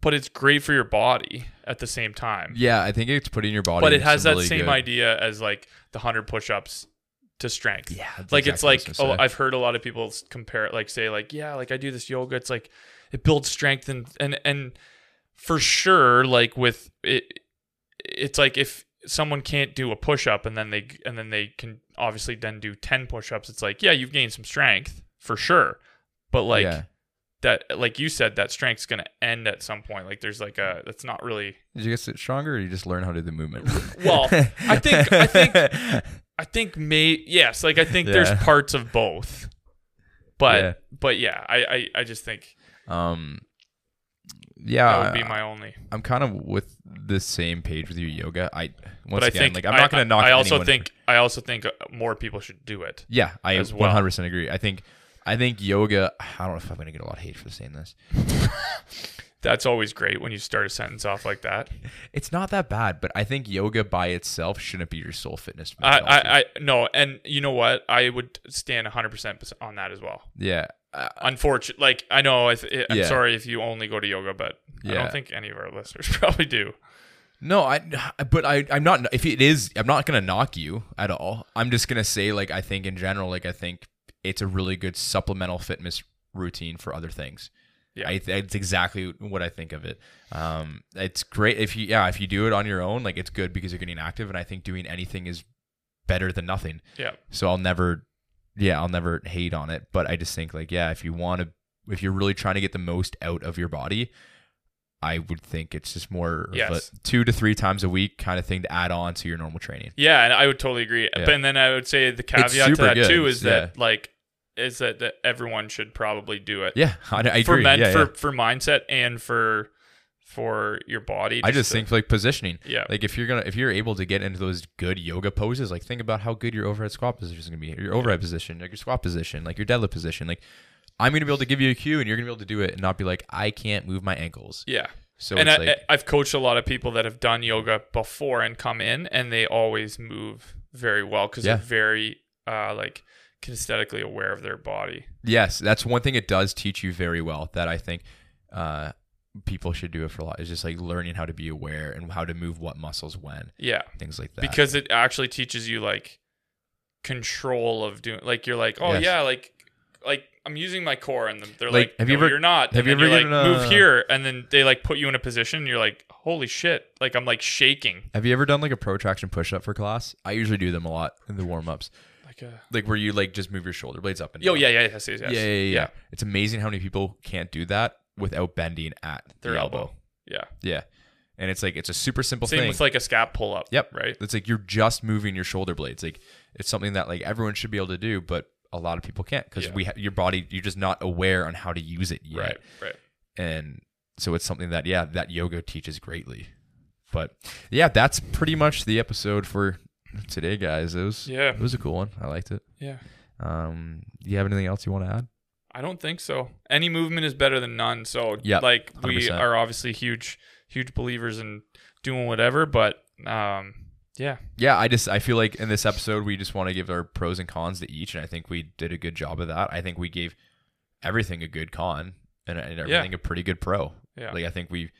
Speaker 1: but it's great for your body at the same time.
Speaker 2: yeah, I think it's putting your body.
Speaker 1: but it
Speaker 2: in
Speaker 1: has
Speaker 2: some
Speaker 1: that
Speaker 2: really
Speaker 1: same
Speaker 2: good-
Speaker 1: idea as like the hundred push-ups to strength.
Speaker 2: Yeah, that's
Speaker 1: Like
Speaker 2: exactly what I was
Speaker 1: it's like
Speaker 2: gonna
Speaker 1: oh,
Speaker 2: say.
Speaker 1: I've heard a lot of people s- compare it, like say like yeah, like I do this yoga. It's like it builds strength and and and for sure, like with it, it's like if someone can't do a push up and then they and then they can obviously then do ten push ups. It's like yeah, you've gained some strength for sure, but like
Speaker 2: yeah.
Speaker 1: that, like you said, that strength's gonna end at some point. Like there's like a that's not really
Speaker 2: Did you get stronger, or you just learn how to do the movement?
Speaker 1: Well, I think- I
Speaker 2: think
Speaker 1: I think may yes, like I think there's
Speaker 2: Yeah.
Speaker 1: parts of both. But
Speaker 2: Yeah.
Speaker 1: but yeah, I, I I just think
Speaker 2: um,
Speaker 1: that
Speaker 2: yeah,
Speaker 1: would be my only.
Speaker 2: I'm kind of with the same page with your yoga. I once
Speaker 1: But I
Speaker 2: again,
Speaker 1: think
Speaker 2: like I'm not
Speaker 1: I-
Speaker 2: gonna knock.
Speaker 1: I also
Speaker 2: anyone for-
Speaker 1: think I also think uh, more people should do it.
Speaker 2: Yeah, I
Speaker 1: as well.
Speaker 2: 100% agree. I think I think yoga. I don't know if I'm gonna get a lot of hate for saying this.
Speaker 1: That's always great when you start a sentence off like that.
Speaker 2: It's not that bad, but I think yoga by itself shouldn't be your sole fitness.
Speaker 1: I,
Speaker 2: mentality.
Speaker 1: I, I, no, and you know what? I would stand 100% on that as well.
Speaker 2: yeah, I-
Speaker 1: Unfortunately, like, I know, I th- I'm
Speaker 2: Yeah.
Speaker 1: sorry if you only go to yoga, but I
Speaker 2: Yeah.
Speaker 1: don't think any of our listeners probably do.
Speaker 2: No, I. But I. I'm not. If it is, I'm not gonna knock you at all. I'm just gonna say, like, I think in general, like, I think it's a really good supplemental fitness routine for other things.
Speaker 1: Yeah.
Speaker 2: I, it's exactly what I think of it. Um, it's great if you, yeah, if you do it on your own, like, it's good because you're getting active, and I think doing anything is better than nothing.
Speaker 1: Yeah.
Speaker 2: So I'll never, yeah, I'll never hate on it. But I just think, like, yeah, if you want to, if you're really trying to get the most out of your body, I would think it's just more of a
Speaker 1: Yes.
Speaker 2: two to three times a week kind of thing to add on to your normal training.
Speaker 1: Yeah, and I would totally agree.
Speaker 2: Yeah.
Speaker 1: But and then I would say the caveat to
Speaker 2: super
Speaker 1: that
Speaker 2: good,
Speaker 1: too is that like is that, that everyone should probably do it.
Speaker 2: Yeah, I, I
Speaker 1: for
Speaker 2: agree.
Speaker 1: men,
Speaker 2: yeah,
Speaker 1: for
Speaker 2: yeah.
Speaker 1: for mindset and for for your body.
Speaker 2: I just
Speaker 1: to-
Speaker 2: think for, like positioning.
Speaker 1: yeah,
Speaker 2: Like if you're gonna if you're able to get into those good yoga poses, like think about how good your overhead squat position is gonna be, your overhead position, like your squat position, like your deadlift position. Like I'm gonna be able to give you a cue, and you're gonna be able to do it, and not be like I can't move my ankles.
Speaker 1: yeah.
Speaker 2: So
Speaker 1: and I,
Speaker 2: it's like
Speaker 1: I've coached a lot of people that have done yoga before and come in, and they always move very well because
Speaker 2: Yeah.
Speaker 1: they're very uh, like kinesthetically aware of their body.
Speaker 2: Yes, that's one thing it does teach you very well that I think uh, people should do it for a lot. Is just like learning how to be aware and how to move what muscles when,
Speaker 1: Yeah,
Speaker 2: things like that.
Speaker 1: because it actually teaches you like control of doing. Like you're like, oh
Speaker 2: Yes.
Speaker 1: yeah, like like I'm using my core, and they're
Speaker 2: Like,
Speaker 1: like,
Speaker 2: have
Speaker 1: no,
Speaker 2: you ever-
Speaker 1: You're not.
Speaker 2: have
Speaker 1: and
Speaker 2: you
Speaker 1: then
Speaker 2: ever
Speaker 1: you're
Speaker 2: given
Speaker 1: like,
Speaker 2: a-
Speaker 1: move here, and then they like put you in a position. And you're like, holy shit! Like I'm like shaking.
Speaker 2: have you ever done like a protraction push up for class? I usually do them a lot in the warm ups,
Speaker 1: Like a
Speaker 2: like where you like just move your shoulder blades up and
Speaker 1: yo,
Speaker 2: down.
Speaker 1: yeah, yeah, yes, yes, yes.
Speaker 2: yeah, yeah, yeah, yeah. It's amazing how many people can't do that without bending at
Speaker 1: Their
Speaker 2: the
Speaker 1: elbow. yeah.
Speaker 2: Yeah, and it's like it's a super simple
Speaker 1: Same
Speaker 2: thing.
Speaker 1: with like a scap pull up.
Speaker 2: Yep.
Speaker 1: Right.
Speaker 2: It's like you're just moving your shoulder blades. Like it's something that like everyone should be able to do, but a lot of people can't because
Speaker 1: Yeah.
Speaker 2: we ha- your body you're just not aware on how to use it yet.
Speaker 1: Right. Right.
Speaker 2: And so it's something that yeah that yoga teaches greatly. But yeah, that's pretty much the episode for today, guys. It was
Speaker 1: Yeah.
Speaker 2: it was a cool one. I liked it.
Speaker 1: Yeah.
Speaker 2: Um, do you have anything else you want to add?
Speaker 1: I don't think so. Any movement is better than none. So
Speaker 2: Yeah,
Speaker 1: like we
Speaker 2: 100%.
Speaker 1: are obviously huge, huge believers in doing whatever. But um, yeah,
Speaker 2: yeah, I just I feel like in this episode we just want to give our pros and cons to each, and I think we did a good job of that. I think we gave everything a good con and, and everything a pretty good pro.
Speaker 1: Yeah.
Speaker 2: Like I think we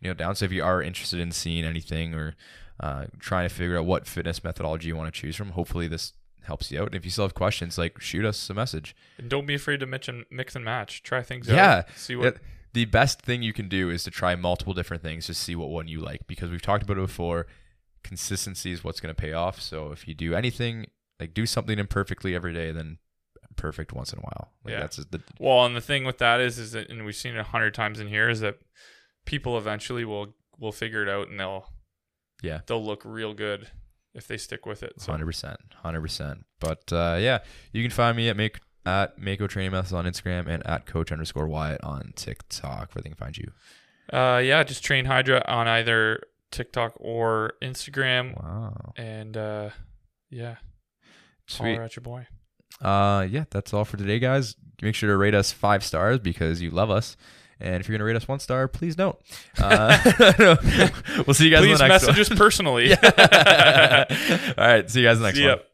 Speaker 2: nailed down. So if you are interested in seeing anything or uh, trying to figure out what fitness methodology you want to choose from, hopefully this helps you out. And if you still have questions, like shoot us a message.
Speaker 1: and don't be afraid to mix and mix and match. Try things
Speaker 2: Yeah.
Speaker 1: out. See what.
Speaker 2: Yeah, the best thing you can do is to try multiple different things to see what one you like because we've talked about it before. Consistency is what's going to pay off. So if you do anything, like do something imperfectly every day, then perfect once in a while. Like
Speaker 1: Yeah.
Speaker 2: that's the
Speaker 1: Well, and the thing with that is, is that, and we've seen it a hundred times in here, is that people eventually will will figure it out, and they'll
Speaker 2: Yeah.
Speaker 1: they'll look real good if they stick with it. So
Speaker 2: hundred percent, hundred percent. But uh, yeah, you can find me at make at Mako Training Methods on Instagram and at Coach underscore Wyatt on TikTok where they can find you.
Speaker 1: uh, yeah, just train Hydra on either TikTok or Instagram,
Speaker 2: Wow,
Speaker 1: and uh, yeah,
Speaker 2: sweet.
Speaker 1: holler at your boy.
Speaker 2: Uh, yeah, that's all for today, guys. Make sure to rate us five stars because you love us. And if you're gonna rate us one star, please don't. Uh, we'll see you guys
Speaker 1: Please
Speaker 2: in the next
Speaker 1: message us personally.
Speaker 2: one. all right, see you guys in the next
Speaker 1: See ya.
Speaker 2: one.